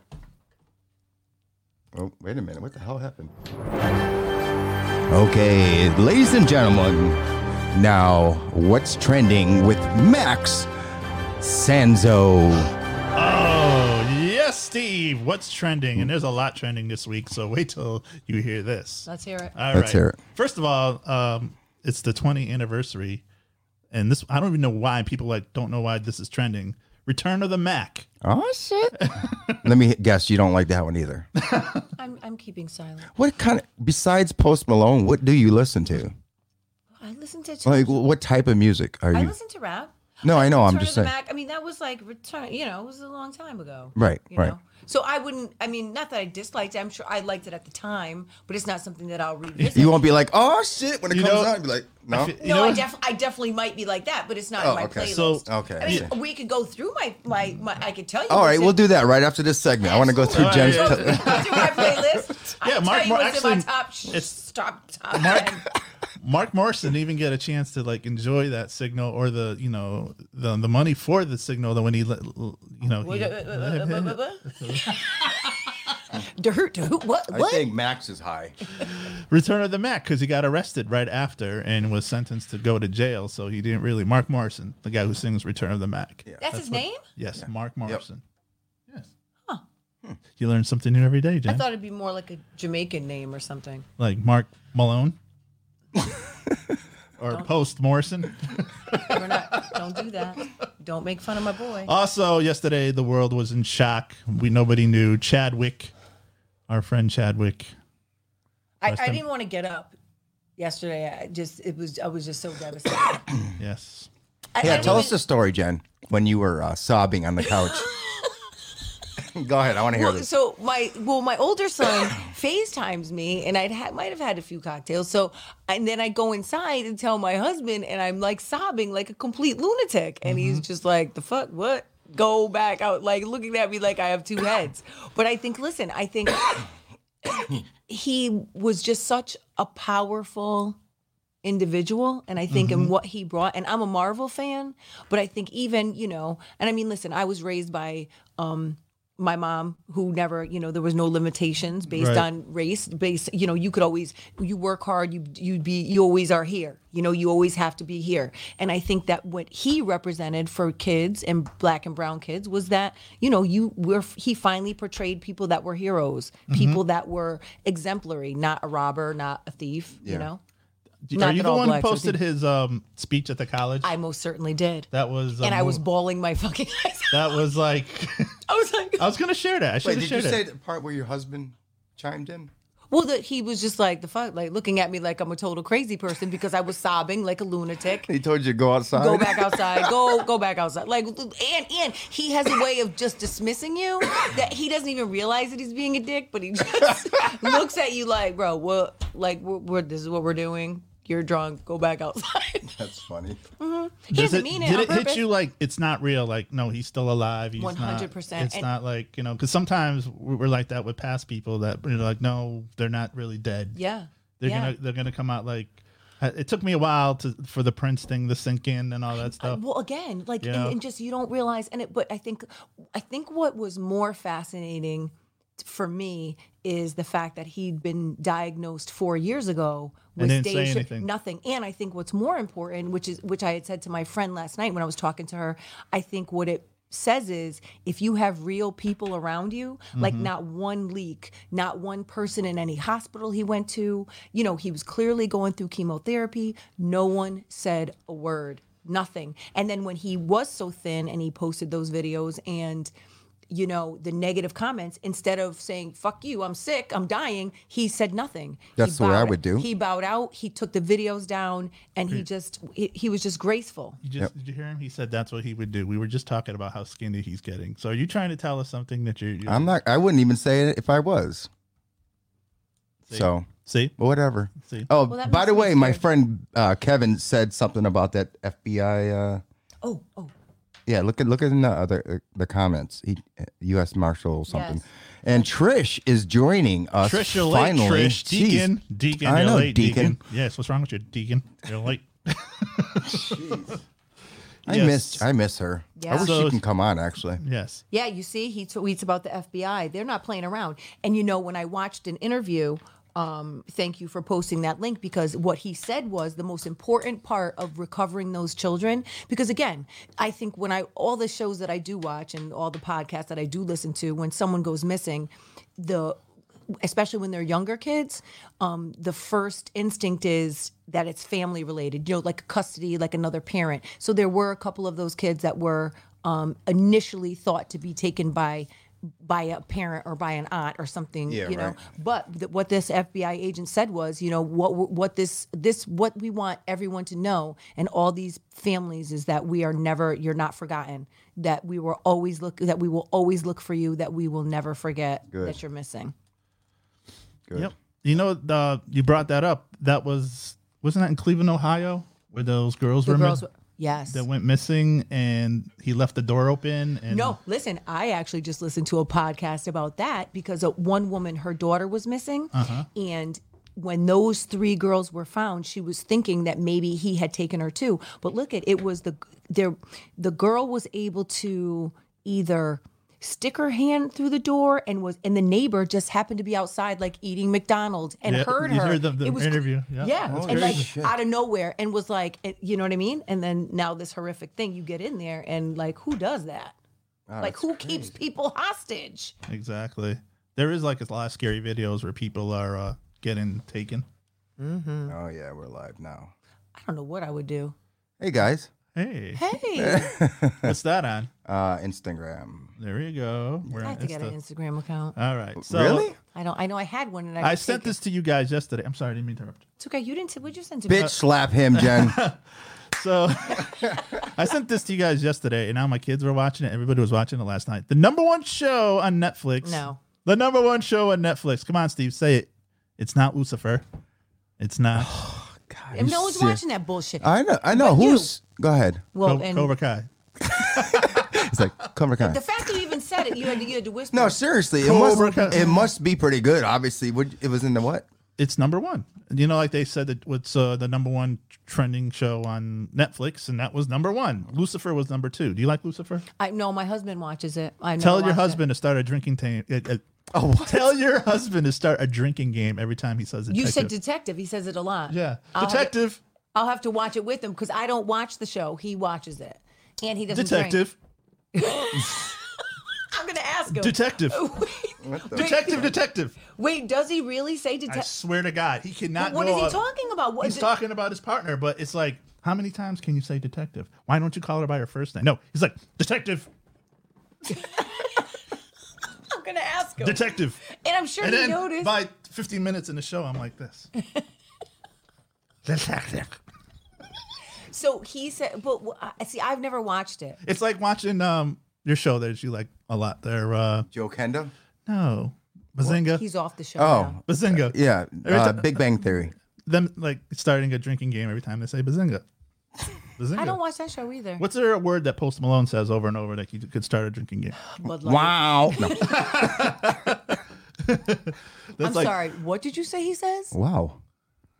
Speaker 1: Oh, wait a minute. What the hell happened? Okay, ladies and gentlemen, now what's trending with Max Sanzo?
Speaker 3: Oh yes, Steve. What's trending? And there's a lot trending this week. So wait till you hear this.
Speaker 2: Let's hear it.
Speaker 3: All
Speaker 1: Let's hear it.
Speaker 3: First of all, um, it's the 20th anniversary, and this I don't even know why people like don't know why this is trending. Return of the Mac.
Speaker 1: Oh, shit. Let me guess, you don't like that one either.
Speaker 2: I'm, I'm keeping silent.
Speaker 1: What kind of, besides Post Malone, what do you listen to?
Speaker 2: I listen to.
Speaker 1: Like, what type of music are
Speaker 2: I
Speaker 1: you?
Speaker 2: listen to rap.
Speaker 1: No, I know. I'm
Speaker 2: Turn
Speaker 1: just
Speaker 2: of the
Speaker 1: saying.
Speaker 2: Mac. I mean, that was like return. You know, it was a long time ago.
Speaker 1: Right,
Speaker 2: You
Speaker 1: right.
Speaker 2: Know? So I wouldn't. I mean, not that I disliked. it. I'm sure I liked it at the time, but it's not something that I'll revisit.
Speaker 1: You won't be like, oh, shit, when it
Speaker 3: You
Speaker 1: comes
Speaker 3: know-
Speaker 1: out, you'll be like, no.
Speaker 3: feel-
Speaker 2: no,
Speaker 3: You know-
Speaker 2: I, def- I definitely might be like that, but it's not
Speaker 1: Oh,
Speaker 2: in my
Speaker 1: okay.
Speaker 2: playlist.
Speaker 3: So-
Speaker 1: Okay,
Speaker 2: I
Speaker 1: I
Speaker 2: mean, we could go through my my. my I could tell you.
Speaker 1: All
Speaker 2: what's
Speaker 1: right,
Speaker 2: in-
Speaker 1: we'll do that right after this segment. I want to go through
Speaker 3: Absolutely.
Speaker 1: Jen's.
Speaker 3: All
Speaker 2: Go
Speaker 3: right,
Speaker 1: t-
Speaker 2: through my playlist. I
Speaker 3: Yeah,
Speaker 2: can
Speaker 3: Mark-
Speaker 2: tell you
Speaker 3: Mark-
Speaker 2: what's in my
Speaker 3: actually,
Speaker 2: top. Sh-
Speaker 3: it's-
Speaker 2: top top.
Speaker 3: Mark-
Speaker 2: 10.
Speaker 3: Mark Morrison didn't even get a chance to like enjoy that signal or the you know the the money for the signal that when he let- you know he-
Speaker 2: Dirt, dirt, what?
Speaker 1: I
Speaker 2: What?
Speaker 1: think Max is high.
Speaker 3: Return of the Mac because he got arrested right after and was sentenced to go to jail. So he didn't really Mark Morrison, the guy who sings Return of the Mac.
Speaker 1: Yeah.
Speaker 2: That's his
Speaker 3: what-
Speaker 2: name?
Speaker 3: Yes, Mark Morrison. Yes. Hmm. You learn something new every day,
Speaker 2: I
Speaker 3: Jen.
Speaker 2: thought it'd be more like a Jamaican name or something.
Speaker 3: like Mark Malone or Post Morrison.
Speaker 2: We're not. Don't do that.
Speaker 4: Don't make fun of my boy.
Speaker 1: Oh,
Speaker 3: Also, yesterday the world was in shock. We nobody knew Chadwick, our friend Chadwick.
Speaker 4: I,
Speaker 3: Rest
Speaker 4: I
Speaker 3: in-
Speaker 4: didn't want to get up yesterday. I just it was I was just so devastated. I,
Speaker 3: Yes,
Speaker 1: Yeah,
Speaker 4: I
Speaker 1: tell
Speaker 4: don't
Speaker 1: us the story, Jen, when you were uh, sobbing on the couch. Go ahead. I want to hear
Speaker 2: Well,
Speaker 1: this.
Speaker 2: so my well, my older son FaceTimes me, and I ha- might have had a few cocktails. So, and then I go inside and tell my husband, and I'm like sobbing like a complete lunatic, and
Speaker 1: Mm-hmm.
Speaker 2: he's just like, "The fuck, what?" Go back out, like looking at me like I have two heads. But I think, listen, I think he was just such a powerful individual and i think in what he brought and i'm a marvel fan but i think even you know and i mean listen i was raised by um my mom who never you know there was no limitations based
Speaker 3: Right.
Speaker 2: on race based you know you could always you work hard you you be you always are here you know you always have to be here and i think that what he represented for kids and black and brown kids was that you know you were he finally portrayed people that were heroes people that were exemplary not a robber not a thief you know
Speaker 3: Do-
Speaker 2: Not
Speaker 3: are you
Speaker 2: that
Speaker 3: the
Speaker 2: all
Speaker 3: one who
Speaker 2: blacks are
Speaker 3: posted his um, speech at the college?
Speaker 2: I most certainly did.
Speaker 3: that was a
Speaker 2: and I was
Speaker 3: move.
Speaker 2: bawling my fucking eyes. out.
Speaker 3: that was like
Speaker 2: I was like,
Speaker 3: I was gonna share that. I should
Speaker 1: Wait,
Speaker 3: have
Speaker 1: did you
Speaker 3: shared
Speaker 1: say
Speaker 3: it.
Speaker 1: the part where your husband chimed in?
Speaker 2: well, that he was just like the fuck, like looking at me like I'm a total crazy person because I was sobbing like a lunatic.
Speaker 1: He told you to go outside.
Speaker 2: Go back outside. Go go back outside. Like and and he has a way of just dismissing you that he doesn't even realize that he's being a dick, but he just looks at you like, bro, what? Like we're, we're this is what we're doing. You're drunk. Go back outside.
Speaker 1: That's funny.
Speaker 2: he
Speaker 3: Does
Speaker 2: doesn't
Speaker 3: it-
Speaker 2: mean it.
Speaker 3: did
Speaker 2: on
Speaker 3: it hit
Speaker 2: purpose.
Speaker 3: you like it's not real? Like no, he's still alive. He's not-
Speaker 2: 100%.
Speaker 3: It's
Speaker 2: And-
Speaker 3: not like you know because sometimes we- we're like that with past people that you know like no, they're not really dead.
Speaker 2: Yeah.
Speaker 3: they're
Speaker 2: yeah.
Speaker 3: gonna they're gonna come out like. uh, It took me a while to for the Prince thing to sink in and all that stuff.
Speaker 2: well again like
Speaker 3: You know?
Speaker 2: and, and just you don't realize and it but i think i think what was more fascinating t- for me is the fact that he'd been diagnosed four years ago with
Speaker 3: didn't say
Speaker 2: stage shi-
Speaker 3: anything.
Speaker 2: nothing and i think what's more important which is which i had said to my friend last night when i was talking to her i think what it says is if you have real people around you like
Speaker 1: Mm-hmm.
Speaker 2: not one leak not one person in any hospital he went to you know he was clearly going through chemotherapy no one said a word nothing and then when he was so thin and he posted those videos and you know the negative comments instead of saying fuck you i'm sick i'm dying he said nothing He
Speaker 1: That's the way I
Speaker 2: bowed-
Speaker 1: would do.
Speaker 2: he bowed out he took the videos down and he just he, he was just graceful
Speaker 3: You just did you hear him? He said that's what he would do. We were just talking about how skinny he's getting. So are you trying to tell us something that you're, you
Speaker 1: I'm not. I wouldn't even say it if I was.
Speaker 3: See?
Speaker 1: So
Speaker 3: see?
Speaker 1: whatever.
Speaker 3: See?
Speaker 1: Oh,
Speaker 2: Well, that
Speaker 1: by
Speaker 2: makes
Speaker 1: the
Speaker 2: me
Speaker 1: way, my
Speaker 2: scared.
Speaker 1: friend uh, Kevin said something about that FBI. Uh,
Speaker 2: oh oh
Speaker 1: yeah, look at look at in the other uh, the comments. He, U.S. Marshal or something.
Speaker 2: Yes.
Speaker 1: And Trish is joining us
Speaker 3: Trish, you're late.
Speaker 1: uh, finally.
Speaker 3: Trish,
Speaker 1: Jeez.
Speaker 3: Deacon, Deacon,
Speaker 1: I
Speaker 3: you're
Speaker 1: know,
Speaker 3: late, Deacon.
Speaker 1: Deacon.
Speaker 3: Yes, what's wrong with you, Deacon? You're late.
Speaker 1: I
Speaker 3: Yes.
Speaker 1: miss I miss her.
Speaker 2: Yeah.
Speaker 1: I wish
Speaker 3: So-
Speaker 1: she can come on actually.
Speaker 3: Yes,
Speaker 2: Yeah, you see, he tweets about the FBI. They're not playing around. And you know, when I watched an interview, um, thank you for posting that link because what he said was the most important part of recovering those children. Because again, I think when I all the shows that I do watch and all the podcasts that I do listen to, when someone goes missing, the especially when they're younger kids, um, the first instinct is that it's family related, you know, like custody, like another parent. So there were a couple of those kids that were um, initially thought to be taken by by a parent or by an aunt or something,
Speaker 1: Yeah,
Speaker 2: you know.
Speaker 1: right.
Speaker 2: But th- what this FBI agent said was, you know, what w- what this this what we want everyone to know and all these families is that we are never you're not forgotten. That we were always look that we will always look for you. That we will never forget
Speaker 1: Good.
Speaker 2: that you're missing.
Speaker 1: Good.
Speaker 3: Yep. You know, uh, you brought that up. That was wasn't that in Cleveland, Ohio, where those girls were
Speaker 2: The
Speaker 3: mi-
Speaker 2: girls, were- yes.
Speaker 3: that went missing, and he left the door open. And
Speaker 2: No, listen, I actually just listened to a podcast about that because uh one woman, her daughter was missing.
Speaker 3: Uh-huh.
Speaker 2: And when those three girls were found, she was thinking that maybe he had taken her too. But look at it was the there the girl was able to either stick her hand through the door and was and the neighbor just happened to be outside like eating McDonald's and
Speaker 3: Yeah,
Speaker 2: heard
Speaker 3: you
Speaker 2: her.
Speaker 3: heard the, the
Speaker 2: it was
Speaker 3: interview.
Speaker 2: yeah,
Speaker 3: Oh, that's
Speaker 2: and
Speaker 3: crazy.
Speaker 2: like out of nowhere, and was like, it- you know what I mean? And then now this horrific thing, you get in there, and like, who does that?
Speaker 3: Oh,
Speaker 2: like, who keeps people hostage?
Speaker 3: exactly. There is like a lot of scary videos where people are uh, getting taken.
Speaker 2: Mm-hmm.
Speaker 1: Oh yeah, we're live now.
Speaker 2: I don't know what I would do.
Speaker 1: Hey guys,
Speaker 3: Hey,
Speaker 2: Hey,
Speaker 3: what's that on?
Speaker 1: Uh, Instagram.
Speaker 3: there you go. We're
Speaker 2: I
Speaker 3: on
Speaker 2: have to get
Speaker 3: Insta.
Speaker 2: an Instagram account.
Speaker 3: All right. So uh,
Speaker 1: really?
Speaker 2: I don't. I know I had one, and I,
Speaker 3: I
Speaker 2: was
Speaker 3: sent
Speaker 2: thinking-
Speaker 3: this to you guys yesterday. I'm sorry, I didn't mean to interrupt.
Speaker 2: It's okay. You didn't. T- what'd you send to me?
Speaker 1: Bitch, slap him, Jen.
Speaker 3: So I sent this to you guys yesterday, and now my kids were watching it. Everybody was watching it last night. The number one show on Netflix.
Speaker 2: No.
Speaker 3: The number one show on Netflix. Come on, Steve, say it. It's not Lucifer. It's not
Speaker 2: And no one's
Speaker 1: sick.
Speaker 2: watching that bullshit.
Speaker 1: I know. I know.
Speaker 2: But you-
Speaker 1: Who's? Go ahead.
Speaker 2: well,
Speaker 3: Co-
Speaker 2: and
Speaker 3: Cobra Kai.
Speaker 1: It's like Cobra Kai.
Speaker 2: the fact that you even said it, you had to, you had to whisper.
Speaker 1: No, seriously, it must.
Speaker 3: Cobra Kai.
Speaker 1: It must be pretty good. Obviously, Would- it was in the what?
Speaker 3: It's number one. And You know, like they said that what's uh, the number one trending show on Netflix, and that was number one. Lucifer was number two. Do you like Lucifer?
Speaker 2: I no, my husband watches it. I never
Speaker 3: Tell
Speaker 2: watched
Speaker 3: your
Speaker 2: it.
Speaker 3: husband to start a drinking game. oh, Tell your husband to start a drinking game every time he says it.
Speaker 2: You said detective. He says it a lot.
Speaker 3: yeah,
Speaker 2: I'll have to-
Speaker 3: detective,
Speaker 2: I'll have to watch it with him because I don't watch the show. He watches it, and he doesn't. drink.
Speaker 3: detective,
Speaker 2: I'm gonna ask him.
Speaker 3: detective,
Speaker 2: Oh, Wait,
Speaker 3: detective, detective.
Speaker 2: Wait, does he really say
Speaker 3: I
Speaker 2: detective?
Speaker 3: swear to God, he cannot.
Speaker 2: What
Speaker 3: go
Speaker 2: is he
Speaker 3: up-
Speaker 2: talking about? What
Speaker 3: He's
Speaker 2: is it-
Speaker 3: talking about his partner, but it's like, how many times can you say detective? Why don't you call her by her first name? No, he's like detective,
Speaker 2: I'm gonna ask him.
Speaker 3: detective.
Speaker 2: and I'm sure
Speaker 3: And
Speaker 2: he
Speaker 3: then
Speaker 2: noticed.
Speaker 3: by 15 minutes in the show, I'm like this. detective.
Speaker 2: So he said, but wh- I see, I've never watched it.
Speaker 3: It's like watching um your show that you like a lot. There, uh
Speaker 1: Joe Kenda.
Speaker 3: no, Bazinga.
Speaker 2: He's off the show.
Speaker 1: Oh,
Speaker 2: now.
Speaker 3: Bazinga.
Speaker 1: yeah.
Speaker 3: Every
Speaker 1: Uh,
Speaker 3: ti-
Speaker 1: Big Bang Theory.
Speaker 3: Them like starting a drinking game every time they say Bazinga. Bazinga.
Speaker 2: I don't watch that show either.
Speaker 3: What's there a word that Post Malone says over and over that you could start a drinking game?
Speaker 2: Bud Light.
Speaker 1: Wow. No.
Speaker 3: That's
Speaker 2: I'm
Speaker 3: like,
Speaker 2: sorry. What did you say he says?
Speaker 1: Wow.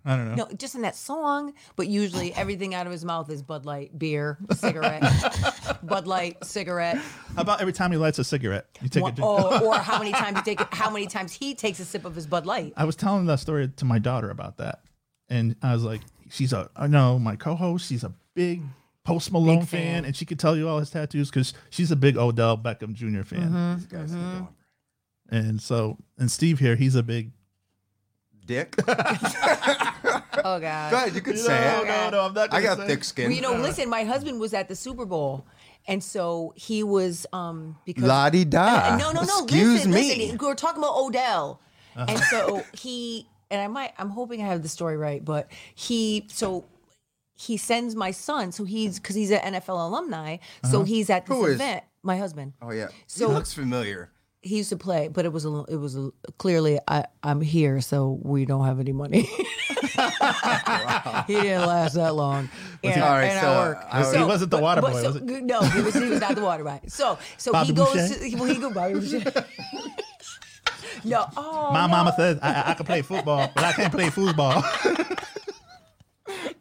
Speaker 3: I don't know.
Speaker 2: No, just in that song. But usually, everything out of his mouth is Bud Light, beer, cigarette, Bud Light, cigarette.
Speaker 3: How about every time he lights a cigarette, you take a
Speaker 2: One-
Speaker 3: drink?
Speaker 2: or, or how many times he take how many times he takes a sip of his Bud Light.
Speaker 3: I was telling that story to my daughter about that, and I was like, "She's a I know my co-host. She's a big Post Malone fan,
Speaker 2: fan.
Speaker 3: and she could tell you all his tattoos because she's a big Odell Beckham Jr. fan.
Speaker 2: Mm-hmm.
Speaker 1: These guys are going-
Speaker 3: And so, and Steve here, he's a big.
Speaker 1: Dick. Go
Speaker 2: Oh God.
Speaker 1: ahead. You could say it.
Speaker 3: no, I'm not.
Speaker 1: I got thick skin.
Speaker 2: Well, you know, listen, my husband was at the Super Bowl, and so he was um because
Speaker 1: La di da.
Speaker 2: Uh, no, no, no.
Speaker 1: Excuse
Speaker 2: listen,
Speaker 1: me.
Speaker 2: listen. We're talking about Odell, and so he and I might. I'm hoping I have the story right, but he so he sends my son. So he's because he's an NFL alumni. So he's at this
Speaker 1: Who is-
Speaker 2: event. My husband.
Speaker 1: Oh yeah.
Speaker 2: So-
Speaker 1: So looks familiar.
Speaker 2: He used to play, but it was a, it was a, clearly I I'm here, so we don't have any money. He didn't last that long, and,
Speaker 1: All right,
Speaker 2: and
Speaker 1: so
Speaker 2: I work.
Speaker 1: I was-
Speaker 3: uh, He wasn't the water boy,
Speaker 2: so,
Speaker 3: was
Speaker 2: No, he was, he was not the water boy. So so
Speaker 3: Bobby
Speaker 2: he goes
Speaker 3: Boucher?
Speaker 2: to well, he go Bobby Boucher. no, oh
Speaker 3: My
Speaker 2: no,
Speaker 3: mama says I, I- I can play football, but I can't play football.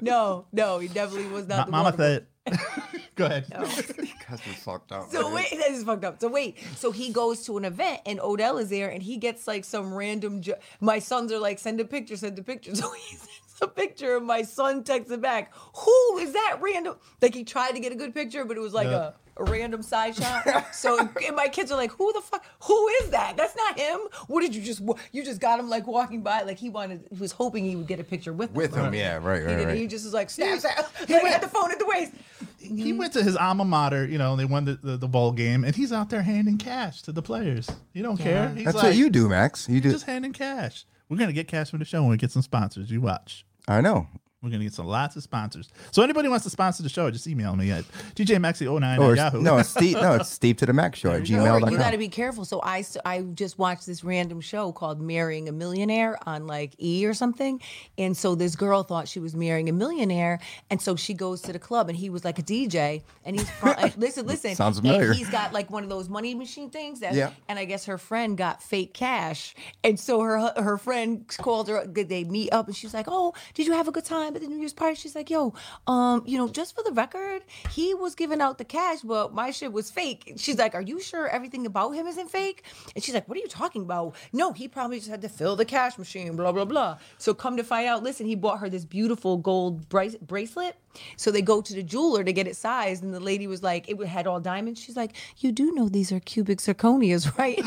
Speaker 2: no, no, he definitely was
Speaker 3: my
Speaker 2: not. the
Speaker 3: mama
Speaker 2: water boy.
Speaker 3: said, "Go ahead."
Speaker 2: Oh.
Speaker 1: You guys are fucked up.
Speaker 2: So
Speaker 1: man.
Speaker 2: wait, that is fucked up. So wait, so he goes to an event and Odell is there and he gets like some random. Jo- my sons are like, send a picture, send a picture. So he sends a picture and my son texts it back. Who is that random? Like he tried to get a good picture, but it was like
Speaker 3: Yeah.
Speaker 2: a, a random side shot. So and my kids are like, who the fuck? Who is that? That's not him. What did you just? wa- You just got him like walking by. Like he wanted, he was hoping he would get a picture with
Speaker 1: With him, yeah, right,
Speaker 2: He,
Speaker 1: right,
Speaker 2: didn't- he
Speaker 1: right.
Speaker 2: just was like, snap, snap. Like, had the phone at the waist.
Speaker 3: He went to his alma mater, you know, and they won the, the, the bowl game, and he's out there handing cash to the players. You don't care. He's
Speaker 1: That's
Speaker 3: like,
Speaker 1: what you do, Max. You do.
Speaker 3: just handing cash. We're gonna get cash for the show when we get some sponsors. You watch.
Speaker 1: I know.
Speaker 3: We're gonna get some lots of sponsors. So anybody wants to sponsor the show, just email me at djmaxi09
Speaker 1: Or
Speaker 3: at yahoo.
Speaker 1: no, it's Steve. No, it's Steve to the Max Show at
Speaker 2: Or
Speaker 1: gmail.com.
Speaker 2: you got to be careful. So I, s- I just watched this random show called Marrying a Millionaire on like E or something. And so this girl thought she was marrying a millionaire. And so she goes to the club and he was like a DJ. And he's, from, and listen, listen.
Speaker 1: Sounds familiar.
Speaker 2: And he's got like one of those money machine things. That,
Speaker 1: Yeah.
Speaker 2: And I guess her friend got fake cash. And so her hu- her friend called her, did they meet up? And she's like, oh, did you have a good time at the New Year's party? She's like, yo, um, you know, just for the record, he was giving out the cash, but my shit was fake. She's like, are you sure everything about him isn't fake? And she's like, what are you talking about? No, he probably just had to fill the cash machine, blah, blah, blah. So come to find out, listen, he bought her this beautiful gold brace- bracelet. So they go to the jeweler to get it sized, and the lady was like, it had all diamonds. She's like, you do know these are cubic zirconias, right?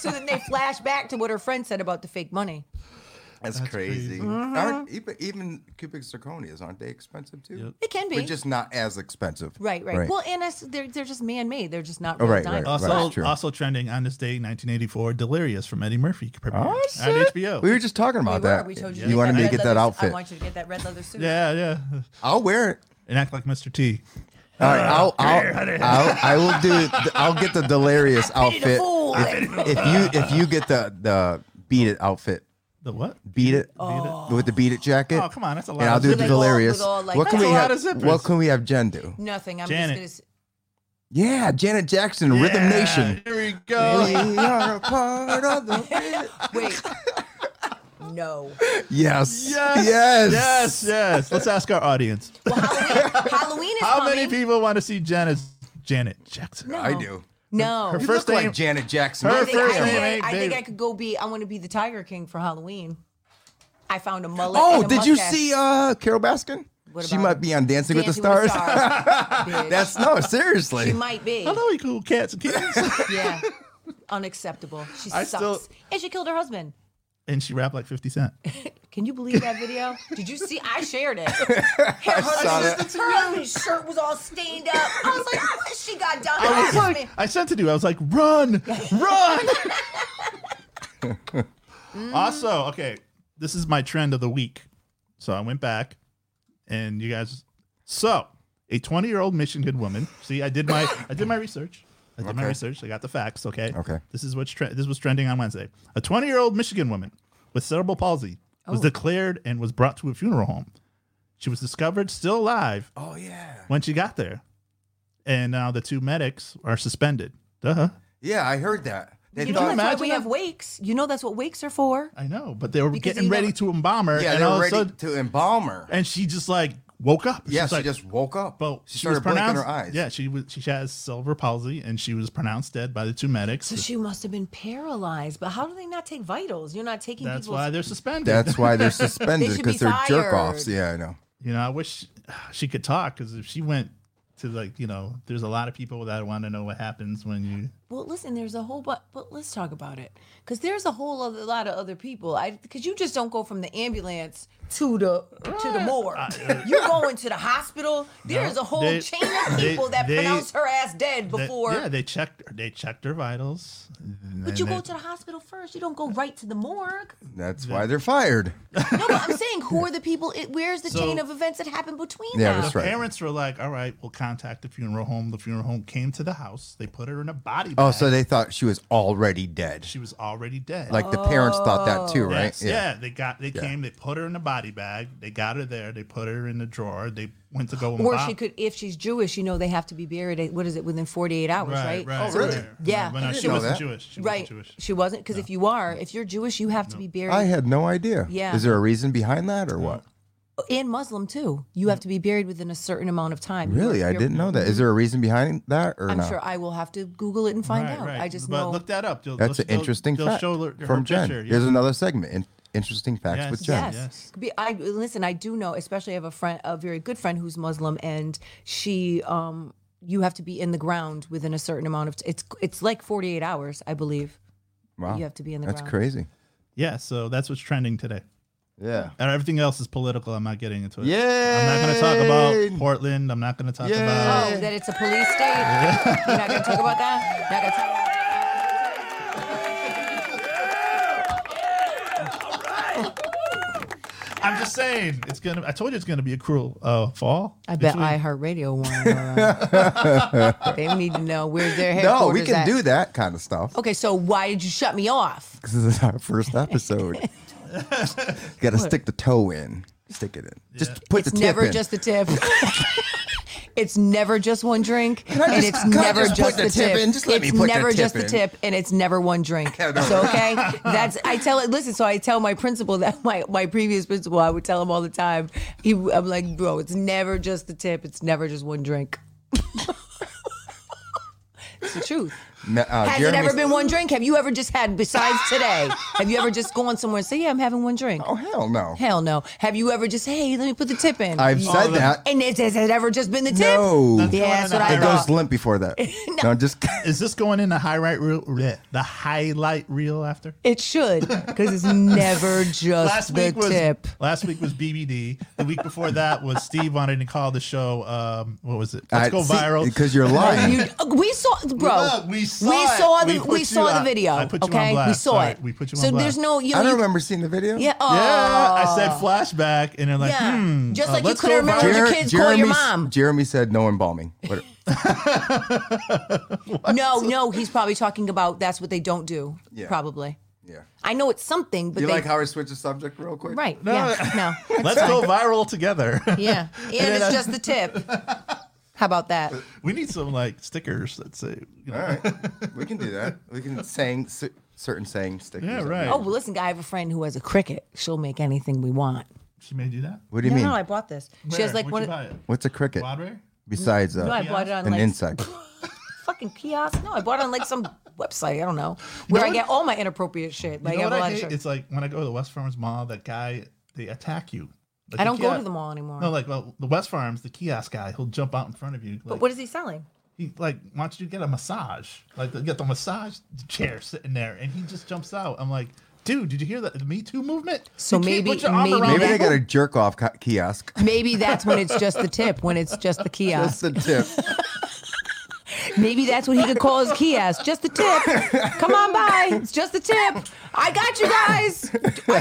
Speaker 2: so then they flash back to what her friend said about the fake money.
Speaker 1: That's,
Speaker 3: That's
Speaker 1: crazy.
Speaker 3: crazy.
Speaker 1: Aren't, even, even cubic zirconias aren't they expensive too?
Speaker 3: Yep.
Speaker 2: It can be.
Speaker 1: But just not as expensive.
Speaker 2: right, right,
Speaker 1: Right.
Speaker 2: Well, and it's, they're they're just man made. They're just not
Speaker 1: Oh,
Speaker 2: real
Speaker 1: right,
Speaker 2: diamonds.
Speaker 1: right.
Speaker 3: Also,
Speaker 1: true.
Speaker 3: also trending on this day, 1984, "Delirious" from Eddie Murphy premiered
Speaker 1: Oh,
Speaker 3: at
Speaker 1: shit.
Speaker 3: HBO.
Speaker 1: We were just talking about
Speaker 4: we were.
Speaker 1: that.
Speaker 4: We told you.
Speaker 1: you
Speaker 4: to get
Speaker 1: wanted me to
Speaker 4: red
Speaker 1: get that
Speaker 4: leather-
Speaker 1: outfit.
Speaker 4: I want you to get that red leather suit.
Speaker 3: yeah, yeah,
Speaker 1: I'll wear it.
Speaker 3: and act like Mr. T.
Speaker 1: All right,
Speaker 3: Uh,
Speaker 1: I'll, I'll, I'll, I will do. I'll get the delirious outfit.
Speaker 2: fool.
Speaker 1: If, if you if you get the the beat it outfit,
Speaker 3: The what?
Speaker 1: beat it
Speaker 3: Oh.
Speaker 1: with the beat it jacket.
Speaker 3: Oh, come on, that's a lot.
Speaker 1: and I'll
Speaker 3: of
Speaker 1: do
Speaker 2: With
Speaker 1: the
Speaker 2: like all- with
Speaker 1: delirious.
Speaker 2: all, like,
Speaker 1: what can
Speaker 2: That's
Speaker 1: we
Speaker 2: a
Speaker 1: have?
Speaker 2: lot
Speaker 3: of
Speaker 1: What
Speaker 3: zippers.
Speaker 1: can we have Jen do?
Speaker 2: Nothing. I'm
Speaker 3: Janet.
Speaker 2: just
Speaker 1: Yeah, Janet Jackson, Rhythm Nation.
Speaker 3: Here we go.
Speaker 1: We are a part of the.
Speaker 2: gonna s- wait. no.
Speaker 1: Yes.
Speaker 3: Yes,
Speaker 1: Yes.
Speaker 3: yes, yes. Let's ask our audience.
Speaker 2: Well, Halloween, Halloween is
Speaker 3: How
Speaker 2: coming.
Speaker 3: many people want to see Janet Janet Jackson?
Speaker 1: I do.
Speaker 2: No.
Speaker 3: Her
Speaker 1: You
Speaker 3: First
Speaker 1: look
Speaker 3: name-
Speaker 1: like Janet Jackson.
Speaker 3: Her
Speaker 2: I think, I,
Speaker 3: first
Speaker 2: think
Speaker 3: name
Speaker 2: I-
Speaker 3: ain't
Speaker 2: I think
Speaker 3: David.
Speaker 2: I could go be. I want to be the Tiger King for Halloween. I found a mullet.
Speaker 1: Oh,
Speaker 2: and a
Speaker 1: did you
Speaker 2: mustache.
Speaker 1: see uh Carol Baskin?
Speaker 2: What
Speaker 1: She
Speaker 2: about
Speaker 1: might be on Dancing, with the
Speaker 2: Dancing
Speaker 1: Stars.
Speaker 2: Bitch.
Speaker 1: That's no, seriously.
Speaker 2: she might be.
Speaker 3: Hello, you cool cats and kittens.
Speaker 2: Yeah. Unacceptable. She
Speaker 3: I
Speaker 2: sucks.
Speaker 3: still-
Speaker 2: And she killed her husband.
Speaker 3: and she rapped like 50 Cent.
Speaker 2: Can you believe that video? Did you see? I shared it. Her,
Speaker 1: saw
Speaker 2: her,
Speaker 1: that.
Speaker 2: her shirt was all stained up. I was like, I wish she got done.
Speaker 3: I
Speaker 2: by
Speaker 3: was
Speaker 2: this
Speaker 3: like,
Speaker 2: man.
Speaker 3: I sent it to you. I was like, run, run. also, okay, this is my trend of the week. So I went back, and you guys. So a 20 year old Michigan woman. See, I did my I did my research. I did my
Speaker 1: Okay.
Speaker 3: research. I got the facts. Okay.
Speaker 1: Okay.
Speaker 3: This is what's tre- this was trending on Wednesday. A 20 year old Michigan woman with cerebral palsy was declared and was brought to a funeral home. She was discovered still alive
Speaker 1: oh yeah.
Speaker 3: when she got there. And now the two medics are suspended. Duh.
Speaker 1: Yeah, I heard that. They
Speaker 2: you
Speaker 3: Can
Speaker 2: know
Speaker 1: thought,
Speaker 2: that's
Speaker 3: you
Speaker 2: why
Speaker 3: imagine
Speaker 2: we
Speaker 3: that?
Speaker 2: have wakes. You know that's what wakes are for.
Speaker 3: I know, but they were
Speaker 2: Because
Speaker 3: getting
Speaker 2: you
Speaker 3: ready
Speaker 2: never-
Speaker 3: to embalm her.
Speaker 1: yeah,
Speaker 3: and
Speaker 1: they
Speaker 3: all
Speaker 1: were
Speaker 3: of
Speaker 1: ready
Speaker 3: a sudden-
Speaker 1: to embalm her.
Speaker 3: and she just like woke up.
Speaker 1: yeah, she
Speaker 3: like,
Speaker 1: just woke up.
Speaker 3: But
Speaker 1: she
Speaker 3: she was
Speaker 1: started blinking her
Speaker 3: pronounced-
Speaker 1: eyes.
Speaker 3: Yeah, she was. She has silver palsy, and she was pronounced dead by the two medics.
Speaker 2: So she must have been paralyzed. But how do they not take vitals? You're not taking
Speaker 3: That's
Speaker 2: people's.
Speaker 3: why they're suspended.
Speaker 1: That's why they're
Speaker 2: They
Speaker 1: suspended
Speaker 2: should
Speaker 1: because
Speaker 2: be
Speaker 1: they are jerk
Speaker 2: fired.
Speaker 1: offs. Yeah, I know.
Speaker 3: you know. I wish she could talk because if she went to like you know, there's a lot of people that want to know what happens when you.
Speaker 2: well, listen, there's a whole but. But let's talk about it because there's a whole other lot of other people. I because you just don't go from the ambulance to the to the morgue. You're going to the hospital. There's a whole
Speaker 3: uh, they-
Speaker 2: chain of
Speaker 3: they-
Speaker 2: people that
Speaker 3: they-
Speaker 2: pronounce her ass dead
Speaker 3: that-
Speaker 2: before.
Speaker 3: yeah, they checked. They checked her vitals.
Speaker 2: but you go to the hospital first. You don't go right to the morgue.
Speaker 1: That's why they're fired.
Speaker 2: No, but I'm saying who are the people? It, where's the
Speaker 3: So-
Speaker 2: chain of events that happened between
Speaker 1: Yeah,
Speaker 2: them?
Speaker 1: that's right.
Speaker 3: Parents were like, "All right, we'll contact the funeral home." The funeral home came to the house. They put her in a body bag.
Speaker 1: Oh, so they thought she was already dead.
Speaker 3: she was already dead. Oh.
Speaker 1: Like the parents thought that
Speaker 2: Oh.
Speaker 1: too, right?
Speaker 3: Yes, yeah. they got. They came. They put her in a body bag. They got her there. They put her in the drawer. They went to go.
Speaker 2: Or
Speaker 3: embalm-
Speaker 2: she could, if she's Jewish, you know, they have to be buried. At, what is it within forty eight hours, right?
Speaker 3: Right, right.
Speaker 1: Oh, really?
Speaker 3: right.
Speaker 2: Yeah.
Speaker 3: But no,
Speaker 2: I
Speaker 3: she
Speaker 1: didn't know
Speaker 3: wasn't
Speaker 1: that.
Speaker 3: Jewish. She
Speaker 2: Right.
Speaker 3: wasn't Jewish.
Speaker 2: She wasn't because if you are, if you're Jewish, you have to be buried.
Speaker 1: I had no idea.
Speaker 2: Yeah.
Speaker 1: Is there a reason behind that or what?
Speaker 2: and Muslim too. You have to be buried within a certain amount of time. You're-
Speaker 1: Really? I
Speaker 2: you're- mm-hmm.
Speaker 1: didn't know that. Is there a reason behind that or
Speaker 2: I'm
Speaker 1: no?
Speaker 2: sure I will have to Google it and find
Speaker 3: Right,
Speaker 2: out.
Speaker 3: right.
Speaker 2: I just
Speaker 3: but
Speaker 2: know.
Speaker 3: Look that up. They'll-
Speaker 1: That's an
Speaker 3: they'll-
Speaker 1: interesting
Speaker 3: they'll
Speaker 1: fact
Speaker 3: show her- her
Speaker 1: from Jen.
Speaker 3: picture, yeah.
Speaker 1: Here's another segment. In- interesting facts
Speaker 3: Yes.
Speaker 1: with Jen.
Speaker 2: Yes.
Speaker 3: Yes.
Speaker 2: Be- I listen. I do know, especially I have a friend, a very good friend who's Muslim, and she, um, you have to be in the ground within a certain amount of. T- it's it's like forty eight hours, I believe.
Speaker 1: Wow.
Speaker 2: You have to be in the
Speaker 1: That's
Speaker 2: ground.
Speaker 1: crazy.
Speaker 3: Yeah. So that's what's trending today.
Speaker 1: Yeah.
Speaker 3: And everything else is political. I'm not getting into it. I'm not going to talk
Speaker 1: Yay!
Speaker 3: about Portland. I'm not going to talk
Speaker 1: Yay!
Speaker 3: about.
Speaker 2: Oh, that it's a police state. You're not gonna talk about that. You're not gonna talk about that?
Speaker 3: I'm just saying, it's gonna. I told you it's gonna be a cruel uh, fall.
Speaker 2: I bet
Speaker 3: Between-
Speaker 2: iHeartRadio won. they need to know where their headquarters.
Speaker 1: No, we can
Speaker 2: at.
Speaker 1: do that kind of stuff.
Speaker 2: Okay, so why did you shut me off?
Speaker 1: This is our first episode. Got to stick the toe in. Stick it in. Just put
Speaker 2: It's
Speaker 1: the tip
Speaker 2: never
Speaker 1: in.
Speaker 2: just the tip. it's never just one drink,
Speaker 1: I
Speaker 2: and
Speaker 1: just-
Speaker 2: it's
Speaker 1: can I
Speaker 2: never
Speaker 1: just
Speaker 2: just,
Speaker 1: put
Speaker 2: the,
Speaker 1: the tip
Speaker 2: tip.
Speaker 1: in? Just let me
Speaker 2: it's
Speaker 1: put the
Speaker 2: never
Speaker 1: tip
Speaker 2: just the
Speaker 1: in.
Speaker 2: tip, and it's never one drink.
Speaker 1: I know,
Speaker 2: So okay, that's I tell it. Listen, so I tell my principal that my my previous principal, I would tell him all the time. He, I'm like, bro, it's never just the tip. It's never just one drink. it's the truth.
Speaker 1: Ma- uh,
Speaker 2: Has
Speaker 1: Jeremy-
Speaker 2: it ever been one drink? Have you ever just had, besides today, have you ever just gone somewhere and say, yeah, I'm having one drink?
Speaker 1: Oh hell no!
Speaker 2: Hell no. Have you ever just, hey, let me put the tip in?
Speaker 1: I've
Speaker 3: Oh,
Speaker 1: said
Speaker 3: that-
Speaker 1: that.
Speaker 2: and is, has it ever just been the tip?
Speaker 1: No,
Speaker 3: That's
Speaker 2: Yeah, that's what
Speaker 3: going
Speaker 2: I
Speaker 3: in
Speaker 1: it
Speaker 3: the high-
Speaker 2: thought.
Speaker 1: goes limp before that. no. just
Speaker 3: Is this going in the highlight reel? bleh, The highlight reel after.
Speaker 2: It should, because it's never just
Speaker 3: Last
Speaker 2: the
Speaker 3: week was
Speaker 2: tip.
Speaker 3: last week was BBD. The week before that was Steve wanted to call the show. Um, what was it? Let's
Speaker 1: I-
Speaker 3: go
Speaker 1: see,
Speaker 3: viral.
Speaker 1: because you're lying.
Speaker 2: You- we saw, bro.
Speaker 3: Look, we saw it.
Speaker 2: the
Speaker 3: We
Speaker 2: we,
Speaker 3: put you
Speaker 2: saw
Speaker 3: on-
Speaker 2: the video.
Speaker 3: I put you on
Speaker 2: okay, we
Speaker 3: blast.
Speaker 2: saw
Speaker 3: Sorry,
Speaker 2: it.
Speaker 3: we put you
Speaker 2: so
Speaker 3: on
Speaker 2: there's
Speaker 3: blast.
Speaker 2: no, you know,
Speaker 1: I don't
Speaker 2: you-
Speaker 1: remember seeing the video.
Speaker 2: Yeah, oh,
Speaker 3: yeah, I said flashback, and they're like,
Speaker 2: Yeah.
Speaker 3: hmm,
Speaker 2: Just
Speaker 3: uh,
Speaker 2: like you
Speaker 3: let's
Speaker 2: couldn't
Speaker 3: go
Speaker 2: remember
Speaker 3: viral.
Speaker 2: Oh, your kids call your
Speaker 1: Jeremy's-
Speaker 2: mom.
Speaker 1: Jeremy said no embalming. What-
Speaker 2: oh, no, no. He's probably talking about that's what they don't do.
Speaker 1: Yeah.
Speaker 2: Probably.
Speaker 1: yeah.
Speaker 2: I know it's something, but
Speaker 1: You
Speaker 2: they
Speaker 1: like how I switched the subject real quick?
Speaker 2: right? yeah, no.
Speaker 3: Let's go viral together.
Speaker 2: Yeah, and,
Speaker 3: then
Speaker 2: it's
Speaker 3: I-
Speaker 2: just the tip. How about that?
Speaker 3: we need some like stickers that say, you know,
Speaker 1: All right. We can do that. We can saying cer- certain saying stickers.
Speaker 3: Yeah,
Speaker 1: up there.
Speaker 3: right.
Speaker 2: Oh, well, listen, I have a friend who has a cricket. She'll make anything we want.
Speaker 3: she may do that.
Speaker 1: What do you
Speaker 4: no,
Speaker 1: mean?
Speaker 4: no, I bought this.
Speaker 2: She has
Speaker 3: Where
Speaker 2: like
Speaker 3: would
Speaker 2: one.
Speaker 3: you buy it?
Speaker 1: What's a cricket
Speaker 3: Broadway?
Speaker 1: besides uh,
Speaker 2: No, I bought it on
Speaker 1: an
Speaker 2: like
Speaker 1: insect?
Speaker 2: fucking kiosk. No, I bought it on like some website. I don't know where I
Speaker 3: what-
Speaker 2: get all my inappropriate shit. Like
Speaker 3: You
Speaker 2: I,
Speaker 3: know
Speaker 2: have
Speaker 3: what
Speaker 2: a
Speaker 3: I
Speaker 2: lot of
Speaker 3: hate?
Speaker 2: shit.
Speaker 3: It's like when I go to the West Farms Mall, that guy they attack you. Like,
Speaker 2: I
Speaker 3: the
Speaker 2: don't go to
Speaker 3: kiosk-
Speaker 2: the mall anymore.
Speaker 3: No, like well, the West Farms, the kiosk guy, he'll jump out in front of you. Like,
Speaker 4: But what is he selling?
Speaker 3: he like wants you to get a massage. Like you get the massage chair sitting there, and he just jumps out. I'm like, dude, did you hear that the Me Too movement?
Speaker 2: So
Speaker 3: You can't
Speaker 2: maybe-
Speaker 3: put your arm
Speaker 2: maybe-
Speaker 3: around
Speaker 1: Maybe they
Speaker 3: that-
Speaker 1: got a jerk off co- kiosk.
Speaker 2: Maybe that's when it's just the tip. When it's just the
Speaker 1: That's
Speaker 2: kiosk.
Speaker 1: the tip.
Speaker 2: Maybe that's what he could call his kiosk. Just the tip. Come on by. It's just the tip. I got you guys.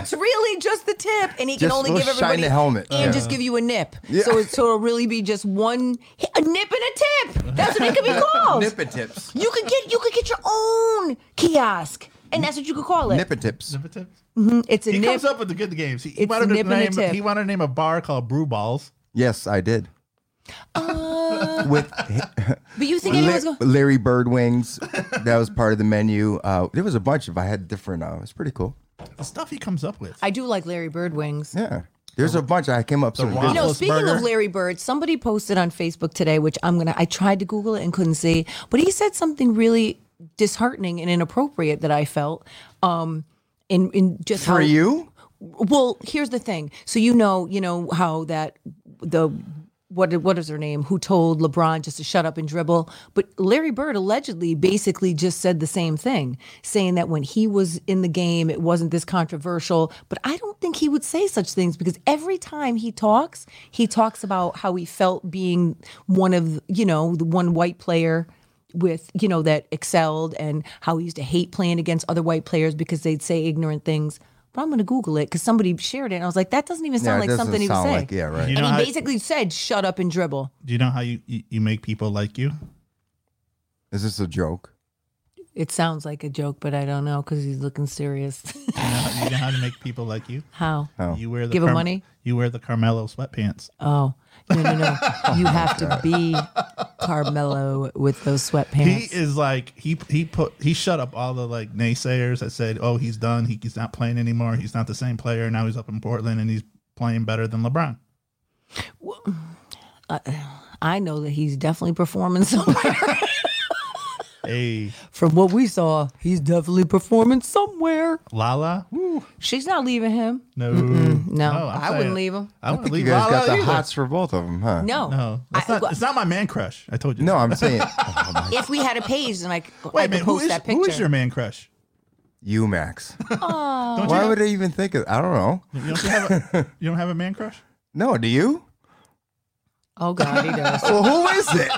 Speaker 2: It's really just the tip, and he can
Speaker 1: Just
Speaker 2: only
Speaker 1: we'll
Speaker 2: give
Speaker 1: shine
Speaker 2: everybody
Speaker 1: the helmet.
Speaker 2: and
Speaker 1: Yeah.
Speaker 2: just give you a nip.
Speaker 1: Yeah.
Speaker 2: So it, so it'll really be just one a nip and a tip. That's what it could be called.
Speaker 1: Nippa tips.
Speaker 2: You could get you could get your own kiosk, and that's what you could call it.
Speaker 1: Nippa tips.
Speaker 3: Nipper tips?
Speaker 2: It's a
Speaker 3: He
Speaker 2: nip.
Speaker 3: comes up with the good games. He, he
Speaker 2: It's
Speaker 3: wanted to
Speaker 2: nip and a
Speaker 3: name.
Speaker 2: tip.
Speaker 3: He wanted to name a bar called Brew Balls.
Speaker 1: Yes, I did.
Speaker 2: Uh,
Speaker 1: With
Speaker 2: But you think
Speaker 1: La-
Speaker 2: anyone's going?
Speaker 1: Larry Bird wings. That was part of the menu. Uh, there was a bunch of. I had different. Uh, it's pretty cool.
Speaker 3: The stuff he comes up with.
Speaker 2: I do like Larry Bird wings.
Speaker 1: Yeah, there's a bunch. I came up some.
Speaker 3: Rock-
Speaker 1: good-
Speaker 2: You know,
Speaker 3: Waffles
Speaker 2: speaking of
Speaker 3: burger.
Speaker 2: Larry Bird, somebody posted on Facebook today, which I'm gonna. I tried to Google it and couldn't see, but he said something really disheartening and inappropriate that I felt. Um, in in just
Speaker 1: For
Speaker 2: how,
Speaker 1: you,
Speaker 2: Well, here's the thing. So you know, you know how that the what what is her name who told LeBron just to shut up and dribble, but Larry Bird allegedly basically just said the same thing, saying that when he was in the game it wasn't this controversial, but I don't think he would say such things because every time he talks, he talks about how he felt being one of, you know, the one white player with you know that excelled and how he used to hate playing against other white players because they'd say ignorant things. But I'm going to Google it because somebody shared it, and I was like, that doesn't even
Speaker 1: yeah,
Speaker 2: sound
Speaker 1: it
Speaker 2: like
Speaker 1: doesn't
Speaker 2: something he would
Speaker 1: sound
Speaker 2: say.
Speaker 1: like. Yeah, right.
Speaker 3: You
Speaker 2: and
Speaker 3: know
Speaker 2: he
Speaker 3: how-
Speaker 2: basically said, "Shut up and dribble."
Speaker 3: Do you know how you, you, you make people like you?
Speaker 1: Is this a joke?
Speaker 2: It sounds like a joke, but I don't know because he's looking serious.
Speaker 3: You know, how- you know how to make people like you?
Speaker 2: how?
Speaker 1: Oh.
Speaker 3: You wear the
Speaker 2: Give 'em money?
Speaker 3: You wear the Carmelo sweatpants.
Speaker 2: Oh no no no! You have to be Carmelo with those
Speaker 3: He
Speaker 2: sweatpants.
Speaker 3: is like he he put he shut up all the like naysayers that said, "Oh, he's done. He, he's not playing anymore. He's not the same player. Now he's up in Portland and he's playing better than LeBron."
Speaker 2: I know that he's definitely performing somewhere.
Speaker 3: Hey,
Speaker 2: From what we saw, he's definitely performing somewhere.
Speaker 3: Lala,
Speaker 2: She's not leaving him.
Speaker 3: no,
Speaker 2: No,
Speaker 3: I'm
Speaker 2: I
Speaker 3: saying-
Speaker 2: wouldn't leave him.
Speaker 3: I wouldn't
Speaker 1: think you
Speaker 3: leave
Speaker 1: guys
Speaker 3: Lala
Speaker 1: got the
Speaker 3: either.
Speaker 1: hots for both of them, huh?
Speaker 2: No.
Speaker 3: No, that's
Speaker 2: I-
Speaker 3: not. It's not my man crush. I told you.
Speaker 1: no,
Speaker 3: that.
Speaker 1: I'm saying oh my,
Speaker 2: If we had a page, then I,
Speaker 3: Wait
Speaker 2: I
Speaker 3: a
Speaker 2: could
Speaker 3: minute. Who
Speaker 2: post
Speaker 3: is,
Speaker 2: that picture.
Speaker 3: who is your man crush?
Speaker 1: you, Max.
Speaker 3: Don't
Speaker 1: Why
Speaker 3: you,
Speaker 1: would I even think of? I don't know.
Speaker 3: you don't you have a, you don't have a man crush?
Speaker 1: No, do you?
Speaker 2: oh God, he does.
Speaker 1: Well, who is it?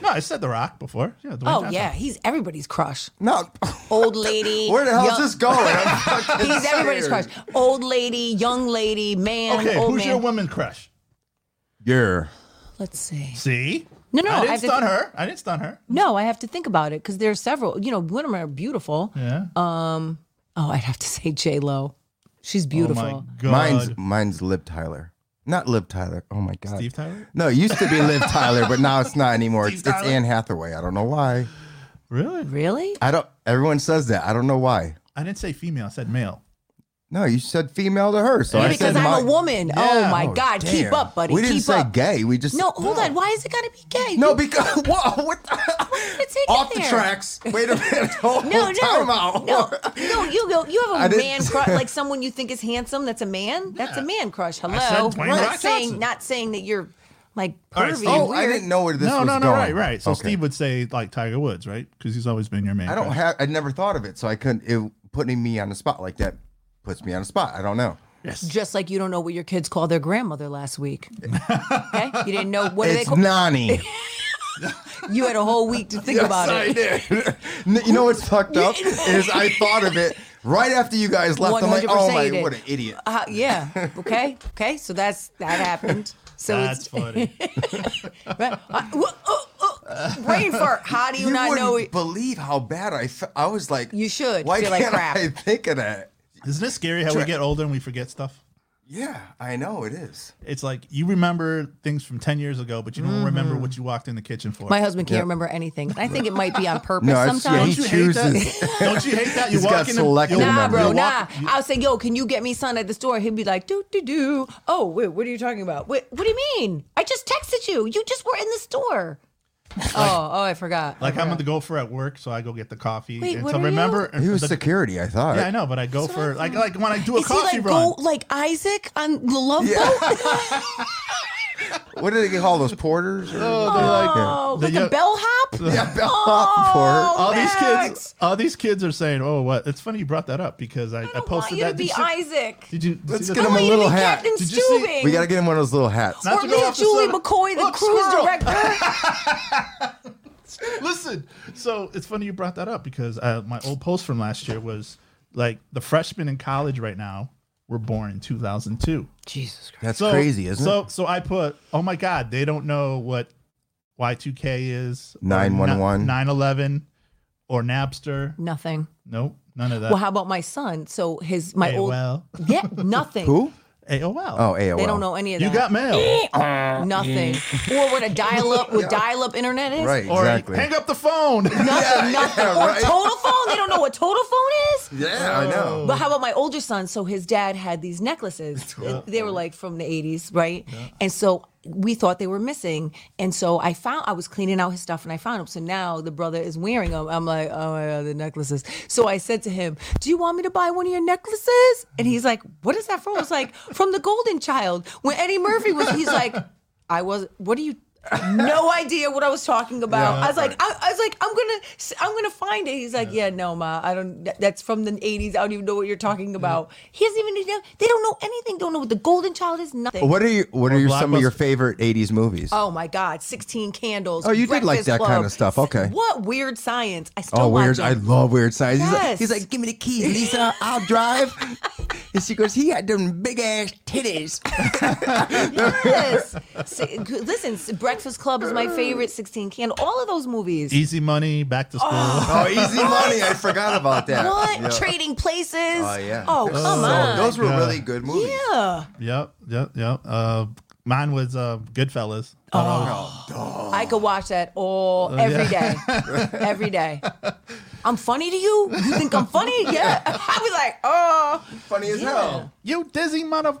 Speaker 3: No, I said The Rock before. Yeah, Dwayne
Speaker 2: oh
Speaker 3: Johnson.
Speaker 2: yeah, he's everybody's crush.
Speaker 1: No.
Speaker 2: Old lady.
Speaker 1: Where the hell
Speaker 2: young-
Speaker 1: is this going? I'm fucking
Speaker 2: He's everybody's crush.
Speaker 1: scared.
Speaker 2: Old lady, young lady, man,
Speaker 3: Okay,
Speaker 2: old
Speaker 3: who's
Speaker 2: man.
Speaker 3: your woman crush?
Speaker 1: You're.
Speaker 2: Let's see.
Speaker 3: See?
Speaker 2: No, no,
Speaker 3: I
Speaker 2: I
Speaker 3: didn't
Speaker 2: have to
Speaker 3: stun
Speaker 2: think-
Speaker 3: her. I didn't stun her. Oh
Speaker 2: No, I have to think about it because there are several. You know, women are beautiful.
Speaker 3: Yeah.
Speaker 2: Oh, I'd have to say J Lo. She's
Speaker 3: oh
Speaker 2: beautiful.
Speaker 3: my god.
Speaker 1: Mine's mine's Lib Tyler. Not Lib Tyler. Oh my god.
Speaker 3: Steve Tyler.
Speaker 1: No, it used to be Liv Tyler, but now it's not anymore. It's, it's
Speaker 3: Tyler.
Speaker 1: Anne Hathaway. I don't know why.
Speaker 3: Really?
Speaker 2: Really?
Speaker 1: I don't. Everyone says that. I don't know why.
Speaker 3: I didn't say female. I said male.
Speaker 1: No, you said female to her. So I
Speaker 2: because
Speaker 1: said
Speaker 2: I'm
Speaker 1: my-
Speaker 2: a woman.
Speaker 1: Yeah.
Speaker 2: Oh my
Speaker 1: Oh,
Speaker 2: God, keep
Speaker 1: damn.
Speaker 2: up, buddy.
Speaker 1: We didn't
Speaker 2: keep
Speaker 1: say
Speaker 2: up.
Speaker 1: gay. We just
Speaker 2: No, hold on. Why is it gotta be gay?
Speaker 1: No,
Speaker 2: You-
Speaker 1: because whoa, what the,
Speaker 2: did it take
Speaker 1: off
Speaker 2: it
Speaker 1: the
Speaker 2: there?
Speaker 1: tracks. Wait a minute. Hold
Speaker 2: no,
Speaker 1: on,
Speaker 2: no,
Speaker 1: Oh, time out.
Speaker 2: no, no. You go. You
Speaker 1: I
Speaker 2: have a
Speaker 1: didn't-
Speaker 2: man crush, like someone you think is handsome. That's a man. That's a man crush. Hello.
Speaker 3: said Dwayne
Speaker 2: not
Speaker 3: Rock
Speaker 2: saying,
Speaker 3: Johnson.
Speaker 2: not saying that you're like pervy.
Speaker 3: All right, Steve.
Speaker 1: Oh,
Speaker 2: and
Speaker 1: I
Speaker 2: weird.
Speaker 1: didn't know where this
Speaker 3: no,
Speaker 1: was
Speaker 3: no, no,
Speaker 1: going.
Speaker 3: right, right. So
Speaker 1: Okay.
Speaker 3: Steve would say like Tiger Woods, right? Because he's always been your man.
Speaker 1: I don't
Speaker 3: crush.
Speaker 1: have. I never thought of it, so I couldn't. It, putting me on the spot like that puts me on the spot. I don't know.
Speaker 2: Just like you don't know what your kids call their grandmother last week. Okay, you didn't know what do they
Speaker 1: It's
Speaker 2: call.
Speaker 1: Nani.
Speaker 2: You had a whole week to think about
Speaker 1: I
Speaker 2: it.
Speaker 1: did. N- you know what's fucked up is I thought of it right after you guys left. I'm like, oh
Speaker 2: 100%
Speaker 1: my,
Speaker 2: you did.
Speaker 1: what an idiot.
Speaker 2: Uh, yeah. Okay. Okay. So that's that happened. So
Speaker 3: That's
Speaker 2: it's
Speaker 3: funny.
Speaker 2: right, uh, wha- oh, oh, brain fart. How do you,
Speaker 1: You
Speaker 2: not
Speaker 1: wouldn't
Speaker 2: know? it?
Speaker 1: believe how bad I fe- I was like.
Speaker 2: You should
Speaker 1: Why
Speaker 2: feel like
Speaker 1: can't
Speaker 2: crap.
Speaker 1: I think of that?
Speaker 3: Isn't it scary how we get older and we forget stuff?
Speaker 1: Yeah, I know it is.
Speaker 3: It's like you remember things from ten years ago, but you don't remember what you walked in the kitchen for.
Speaker 2: Mm-hmm. My husband can't remember anything. I think it might be on purpose
Speaker 1: No, it's- yeah,
Speaker 2: sometimes.
Speaker 1: he
Speaker 3: Don't you hate
Speaker 1: chooses.
Speaker 3: that? Don't you hate that? You
Speaker 1: He's got
Speaker 3: walk in. the-
Speaker 1: selective
Speaker 3: you'll-
Speaker 2: Nah,
Speaker 1: remember.
Speaker 2: bro,
Speaker 3: you'll
Speaker 2: nah.
Speaker 3: walk- you-
Speaker 2: I'll say, yo, can you get me something at the store? He'd be like, do, do, do. Oh, wait, what are you talking about? Wait, what do you mean? I just texted you. You just were in the store. oh, oh, I forgot.
Speaker 3: Like I'm the gopher at work, so I go get the coffee.
Speaker 2: Wait,
Speaker 3: and
Speaker 2: what
Speaker 3: so
Speaker 2: are you?
Speaker 3: remember,
Speaker 1: He was
Speaker 3: the-
Speaker 1: security, I thought.
Speaker 3: Yeah, I know, but I go for like like when I do a
Speaker 2: Is he
Speaker 3: coffee
Speaker 2: like
Speaker 3: run.
Speaker 2: go like Isaac on the Love
Speaker 1: Yeah.
Speaker 2: Boat?
Speaker 1: What do they call those porters? Or,
Speaker 2: Oh,
Speaker 3: The
Speaker 2: like
Speaker 3: yo-
Speaker 2: a bellhop.
Speaker 1: yeah, bellhop porter.
Speaker 2: Oh,
Speaker 3: all these
Speaker 2: Max.
Speaker 3: kids, all these kids are saying, "Oh, what?" It's funny you brought that up because I, I,
Speaker 2: I don't want
Speaker 3: posted
Speaker 2: you
Speaker 3: that.
Speaker 2: to be
Speaker 3: did, you, see-
Speaker 2: Isaac.
Speaker 3: did you? did you
Speaker 1: Let's
Speaker 3: see
Speaker 1: get
Speaker 2: I
Speaker 3: that?
Speaker 1: him
Speaker 2: want
Speaker 1: a
Speaker 2: you
Speaker 1: little
Speaker 2: to be
Speaker 1: hat.
Speaker 2: Captain
Speaker 1: Did
Speaker 3: you see-
Speaker 2: Stubing.
Speaker 1: We got to get him one of those little hats.
Speaker 3: Not
Speaker 2: or
Speaker 3: to go
Speaker 2: leave
Speaker 3: off the
Speaker 2: Julie
Speaker 3: subject.
Speaker 2: McCoy, the
Speaker 3: Look,
Speaker 2: cruise
Speaker 3: squirrel.
Speaker 2: director.
Speaker 3: Listen, so it's funny you brought that up because uh, my old post from last year was like the freshmen in college right now were born in 2002.
Speaker 2: Jesus Christ.
Speaker 1: That's
Speaker 3: So
Speaker 1: crazy, isn't
Speaker 3: so,
Speaker 1: it?
Speaker 3: So I put, oh my God, they don't know what Y2K is, or
Speaker 1: 911.
Speaker 3: 911, or Napster.
Speaker 2: Nothing.
Speaker 3: Nope, none of that.
Speaker 2: Well, how about my son? So his my old
Speaker 3: AOL.
Speaker 2: yeah nothing.
Speaker 1: Who?
Speaker 3: AOL.
Speaker 1: Oh, AOL.
Speaker 2: They don't know any of
Speaker 3: you
Speaker 2: that.
Speaker 3: got mail.
Speaker 2: nothing. or what a dial up with dial up internet is.
Speaker 1: Mm. Right,
Speaker 3: Or
Speaker 1: exactly.
Speaker 3: hang up the phone.
Speaker 2: Nothing. nothing.
Speaker 1: yeah,
Speaker 2: or
Speaker 1: right.
Speaker 2: total phone. They don't know what total phone is.
Speaker 1: yeah, I know.
Speaker 2: But how about my older son? So his dad had these necklaces. They were like from the 80s, right? And so we thought they were missing. And so I found, I was cleaning out his stuff and I found them. So now the brother is wearing them. I'm like, oh my God, the necklaces. So I said to him, Do you want me to buy one of your necklaces? And he's like, What is that from? I was like, From the Golden Child. When Eddie Murphy was, he's like, I was, what are you? no idea what I was talking about. I was like, I, I was like, I'm gonna, I'm gonna find it. He's like, yeah, no, ma, I don't. that- that's from the '80s. I don't even know what you're talking about. He doesn't even know. They don't know anything. Don't know what the Golden Child is. Nothing.
Speaker 1: What are you? What are your, some of your
Speaker 3: Blockbuster.
Speaker 1: favorite '80s movies?
Speaker 2: Oh my God! Sixteen Candles.
Speaker 1: Oh, you did like
Speaker 2: Breakfast
Speaker 1: that kind
Speaker 2: Club.
Speaker 1: of stuff. Okay.
Speaker 2: What weird science? I still
Speaker 1: Oh,
Speaker 2: watch
Speaker 1: weird!
Speaker 2: it.
Speaker 1: I love weird science. He's, like,
Speaker 2: Yes.
Speaker 1: he's like, "Give me the keys, Lisa. I'll drive." and she goes, "He had them big ass titties."
Speaker 2: yes. Si- Listen, Breakfast Club is my favorite. Sixteen Candles. All of those movies.
Speaker 3: Easy money, back to school.
Speaker 1: oh, easy money! I forgot about that.
Speaker 2: what trading places?
Speaker 1: Oh yeah.
Speaker 2: Oh
Speaker 1: So,
Speaker 2: come on.
Speaker 1: Those were really good movies.
Speaker 2: yeah.
Speaker 3: Yep, yep, yep. Uh, mine was uh, Goodfellas.
Speaker 1: Oh, dog.
Speaker 2: I could watch that all
Speaker 3: Oh,
Speaker 2: every day, every day. I'm funny to you? You think I'm funny? Yeah. I was like, oh,
Speaker 1: funny as
Speaker 2: Yeah.
Speaker 1: hell.
Speaker 3: You dizzy mother.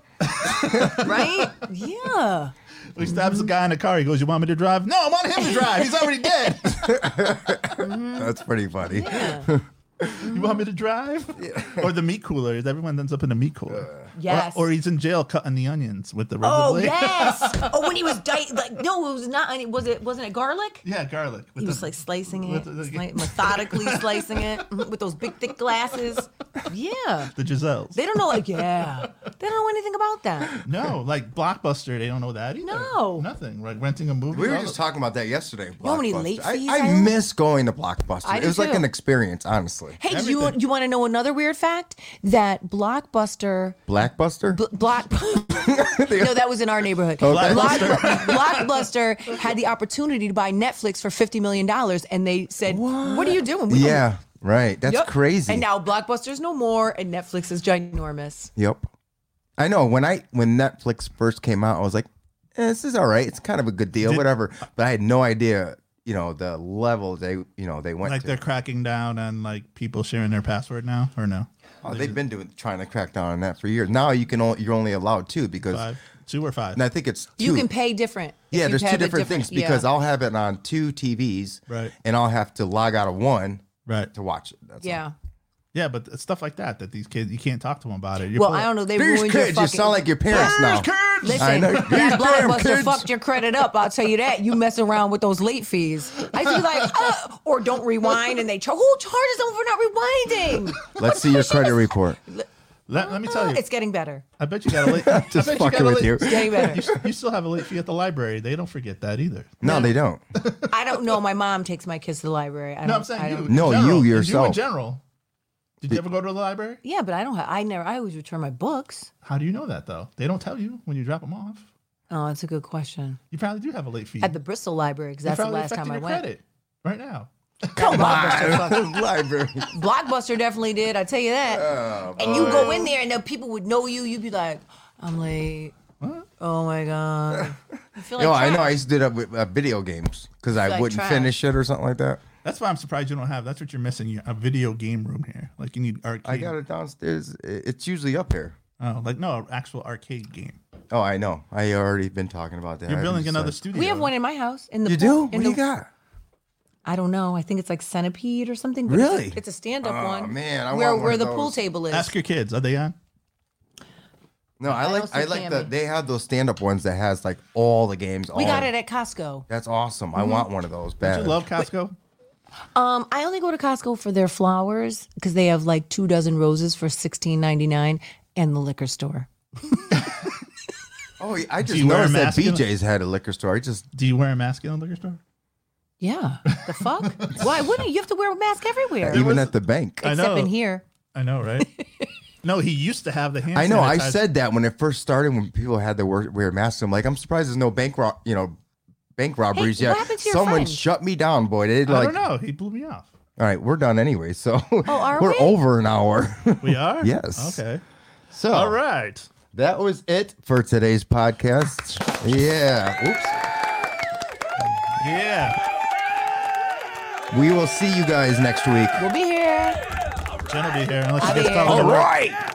Speaker 2: right? Yeah.
Speaker 3: He stabs the guy in the car. He goes, "You want me to drive? No, I want him to drive. He's already dead.
Speaker 1: That's pretty funny.
Speaker 2: yeah.
Speaker 3: you want me to drive? Or the meat cooler. Everyone ends up in a meat cooler.
Speaker 2: Uh, Yes.
Speaker 3: Or, or he's in jail cutting the onions with the razor
Speaker 2: Oh
Speaker 3: blade.
Speaker 2: yes. Oh, when he was di- like, no, it was not. any- Was it? Wasn't it garlic?
Speaker 3: Yeah, garlic.
Speaker 2: He
Speaker 3: With the-
Speaker 2: was like slicing it,
Speaker 3: With the-
Speaker 2: sli- methodically slicing it mhm, with those big thick glasses. Yeah.
Speaker 3: the Giselles.
Speaker 2: They don't know. Like, yeah. They don't know anything about that.
Speaker 3: no, like Blockbuster. They don't know that either.
Speaker 2: No.
Speaker 3: nothing. Like renting a movie.
Speaker 1: We were
Speaker 3: all
Speaker 1: just
Speaker 3: the-
Speaker 1: talking about that yesterday.
Speaker 2: know how many
Speaker 1: Blockbuster.
Speaker 2: late fees
Speaker 1: I, I
Speaker 2: I owe?
Speaker 1: miss going to Blockbuster.
Speaker 2: I
Speaker 1: it
Speaker 2: do
Speaker 1: was like
Speaker 2: too.
Speaker 1: an experience, honestly.
Speaker 2: Hey, do you
Speaker 3: Everything.
Speaker 2: you want to know another weird fact that Blockbuster
Speaker 1: Blackbuster?
Speaker 2: B- Block. no, that was in our neighborhood.
Speaker 1: Oh,
Speaker 2: Block-
Speaker 3: Blockbuster.
Speaker 2: Blockbuster had the opportunity to buy Netflix for fifty million dollars, and they said, "What, are you doing?" We don't-"
Speaker 1: yeah, right. That's
Speaker 2: Yep.
Speaker 1: crazy.
Speaker 2: And now Blockbuster's no more, and Netflix is ginormous.
Speaker 1: Yep. I know when I when Netflix first came out, I was like, eh, "This is all right. It's kind of a good deal, whatever." But I had no idea, you know, the level they, you know, they went
Speaker 3: like
Speaker 1: to.
Speaker 3: they're cracking down on like people sharing their password now, or no?
Speaker 1: Oh, they've been doing trying to crack down on that for years. Now you can only, you're only allowed two because,
Speaker 3: Five, two or five.
Speaker 1: and I think it's two.
Speaker 2: You can pay different. if
Speaker 1: yeah,
Speaker 2: you
Speaker 1: there's two
Speaker 2: have a
Speaker 1: different, things because
Speaker 2: yeah.
Speaker 1: I'll have it on two TVs,
Speaker 3: Right.
Speaker 1: And I'll have to log out of one
Speaker 3: Right.
Speaker 1: to watch it. That's all.
Speaker 2: yeah.
Speaker 3: Yeah, but it's stuff like that that these kids you can't talk to them about it. You're
Speaker 2: Well,
Speaker 3: poor.
Speaker 2: I don't know. They
Speaker 1: These
Speaker 2: ruined your
Speaker 1: kids,
Speaker 2: fucking.
Speaker 1: you sound like your parents now. I
Speaker 2: Listen,
Speaker 1: know.
Speaker 2: that
Speaker 1: Damn
Speaker 2: blockbuster
Speaker 1: kids.
Speaker 2: fucked your credit up. I'll tell you that. You mess around with those late fees. I feel like, uh, or don't rewind, and they charge. Who charges them for not rewinding?
Speaker 1: Let's see your credit report.
Speaker 3: Let, let me tell you,
Speaker 2: It's getting better.
Speaker 3: I bet you got a late. I
Speaker 1: Just
Speaker 3: bet
Speaker 1: fucking
Speaker 3: you got a
Speaker 1: with
Speaker 3: late-
Speaker 1: you.
Speaker 2: It's getting better.
Speaker 3: You, s- you still have a late fee at the library. They don't forget that either.
Speaker 1: No, they don't.
Speaker 2: I don't know. My mom takes my kids to the library. I don't,
Speaker 3: No, I'm
Speaker 2: I
Speaker 3: saying you.
Speaker 2: don't-
Speaker 3: in
Speaker 1: No, you
Speaker 3: general. Did You in
Speaker 1: yourself.
Speaker 3: general. Did you ever go to the library?
Speaker 2: Yeah, but I don't. Have, I never. I always return my books.
Speaker 3: How do you know that though? They don't tell you when you drop them off.
Speaker 2: Oh, that's a good question.
Speaker 3: You probably do have a late fee.
Speaker 2: At the Bristol Library, because that's the
Speaker 3: probably
Speaker 2: last time I
Speaker 3: affected
Speaker 2: went.
Speaker 3: your Credit right now.
Speaker 2: Come on.
Speaker 1: Library.
Speaker 2: Blockbuster definitely did. I tell you that.
Speaker 3: Oh,
Speaker 2: and you go in there, and the people would know you. You'd be like, "I'm late." Oh my god. I feel like
Speaker 1: No, I know.
Speaker 2: crap.
Speaker 1: I used to do that with uh, video games because I
Speaker 2: like
Speaker 1: wouldn't
Speaker 2: trash.
Speaker 1: finish it or something like that.
Speaker 3: That's why I'm surprised you don't have. That's what you're missing. You- A video game room here. Like you need arcade.
Speaker 1: I got it downstairs. I- It's usually up here.
Speaker 3: Oh, like no actual arcade game.
Speaker 1: Oh, I know. I already been talking about that.
Speaker 3: You're
Speaker 1: I
Speaker 3: building
Speaker 1: haven't
Speaker 3: another
Speaker 1: decided.
Speaker 3: studio.
Speaker 2: We have one in my house. In the
Speaker 1: You
Speaker 2: pool-
Speaker 1: do?
Speaker 2: in
Speaker 1: What do
Speaker 2: the-
Speaker 1: you got?
Speaker 2: I don't know. I think it's like centipede or something. but it's a-
Speaker 1: Really?
Speaker 2: It's a, stand-up
Speaker 3: Oh,
Speaker 1: Aw,
Speaker 2: one.
Speaker 1: man, I
Speaker 2: where
Speaker 1: want one
Speaker 2: where
Speaker 1: of
Speaker 2: the pool
Speaker 1: those.
Speaker 2: table is.
Speaker 3: Ask your kids. Are they on?
Speaker 1: No, I
Speaker 2: don't
Speaker 1: like.
Speaker 2: see
Speaker 1: I like the.
Speaker 2: Cammy.
Speaker 1: They have those stand-up ones that has like all the games.
Speaker 2: we
Speaker 1: all-
Speaker 3: Oh.
Speaker 2: got it Mm-hmm. at Costco.
Speaker 1: That's awesome. I want one of those
Speaker 3: Do
Speaker 1: bad.
Speaker 3: you love Costco?
Speaker 2: Um, I only go to Costco for their flowers because they have like two dozen roses for sixteen ninety nine, and the liquor store.
Speaker 1: Oh, I
Speaker 3: Do
Speaker 1: just
Speaker 3: you wear a
Speaker 1: noticed that
Speaker 3: mask in it?
Speaker 1: BJ's had a liquor store. I just
Speaker 3: Do you wear a mask in the liquor store?
Speaker 2: Yeah. The fuck? Why wouldn't you? You have to wear a mask everywhere.
Speaker 1: even
Speaker 3: was-
Speaker 1: at the bank.
Speaker 3: I
Speaker 2: Except
Speaker 3: know.
Speaker 2: in here.
Speaker 3: I know, right? no, he used to have the hand.
Speaker 1: I know. I
Speaker 3: sanitizer.
Speaker 1: said that when it first started, when people had to wear, wear masks. I'm like, I'm surprised there's no bank, ro- you know, bank robberies
Speaker 2: what
Speaker 1: yet.
Speaker 2: happened to your
Speaker 1: Someone
Speaker 2: friend?
Speaker 1: shut me down, boy. They
Speaker 3: I
Speaker 1: like,
Speaker 3: don't know. He blew me off.
Speaker 1: all right, we're done anyway, so
Speaker 2: Oh, are
Speaker 1: we're
Speaker 2: we?
Speaker 1: over an hour.
Speaker 3: We are.
Speaker 1: Yes. Oh.
Speaker 3: Okay.
Speaker 1: so
Speaker 3: All right.
Speaker 1: that was it for today's podcast. Yeah. Oops.
Speaker 3: Yeah.
Speaker 1: We will see you guys next week.
Speaker 2: We'll be here.
Speaker 3: Jen will be here unless she
Speaker 2: I'll be
Speaker 3: gets
Speaker 2: here.
Speaker 3: caught on the
Speaker 1: right.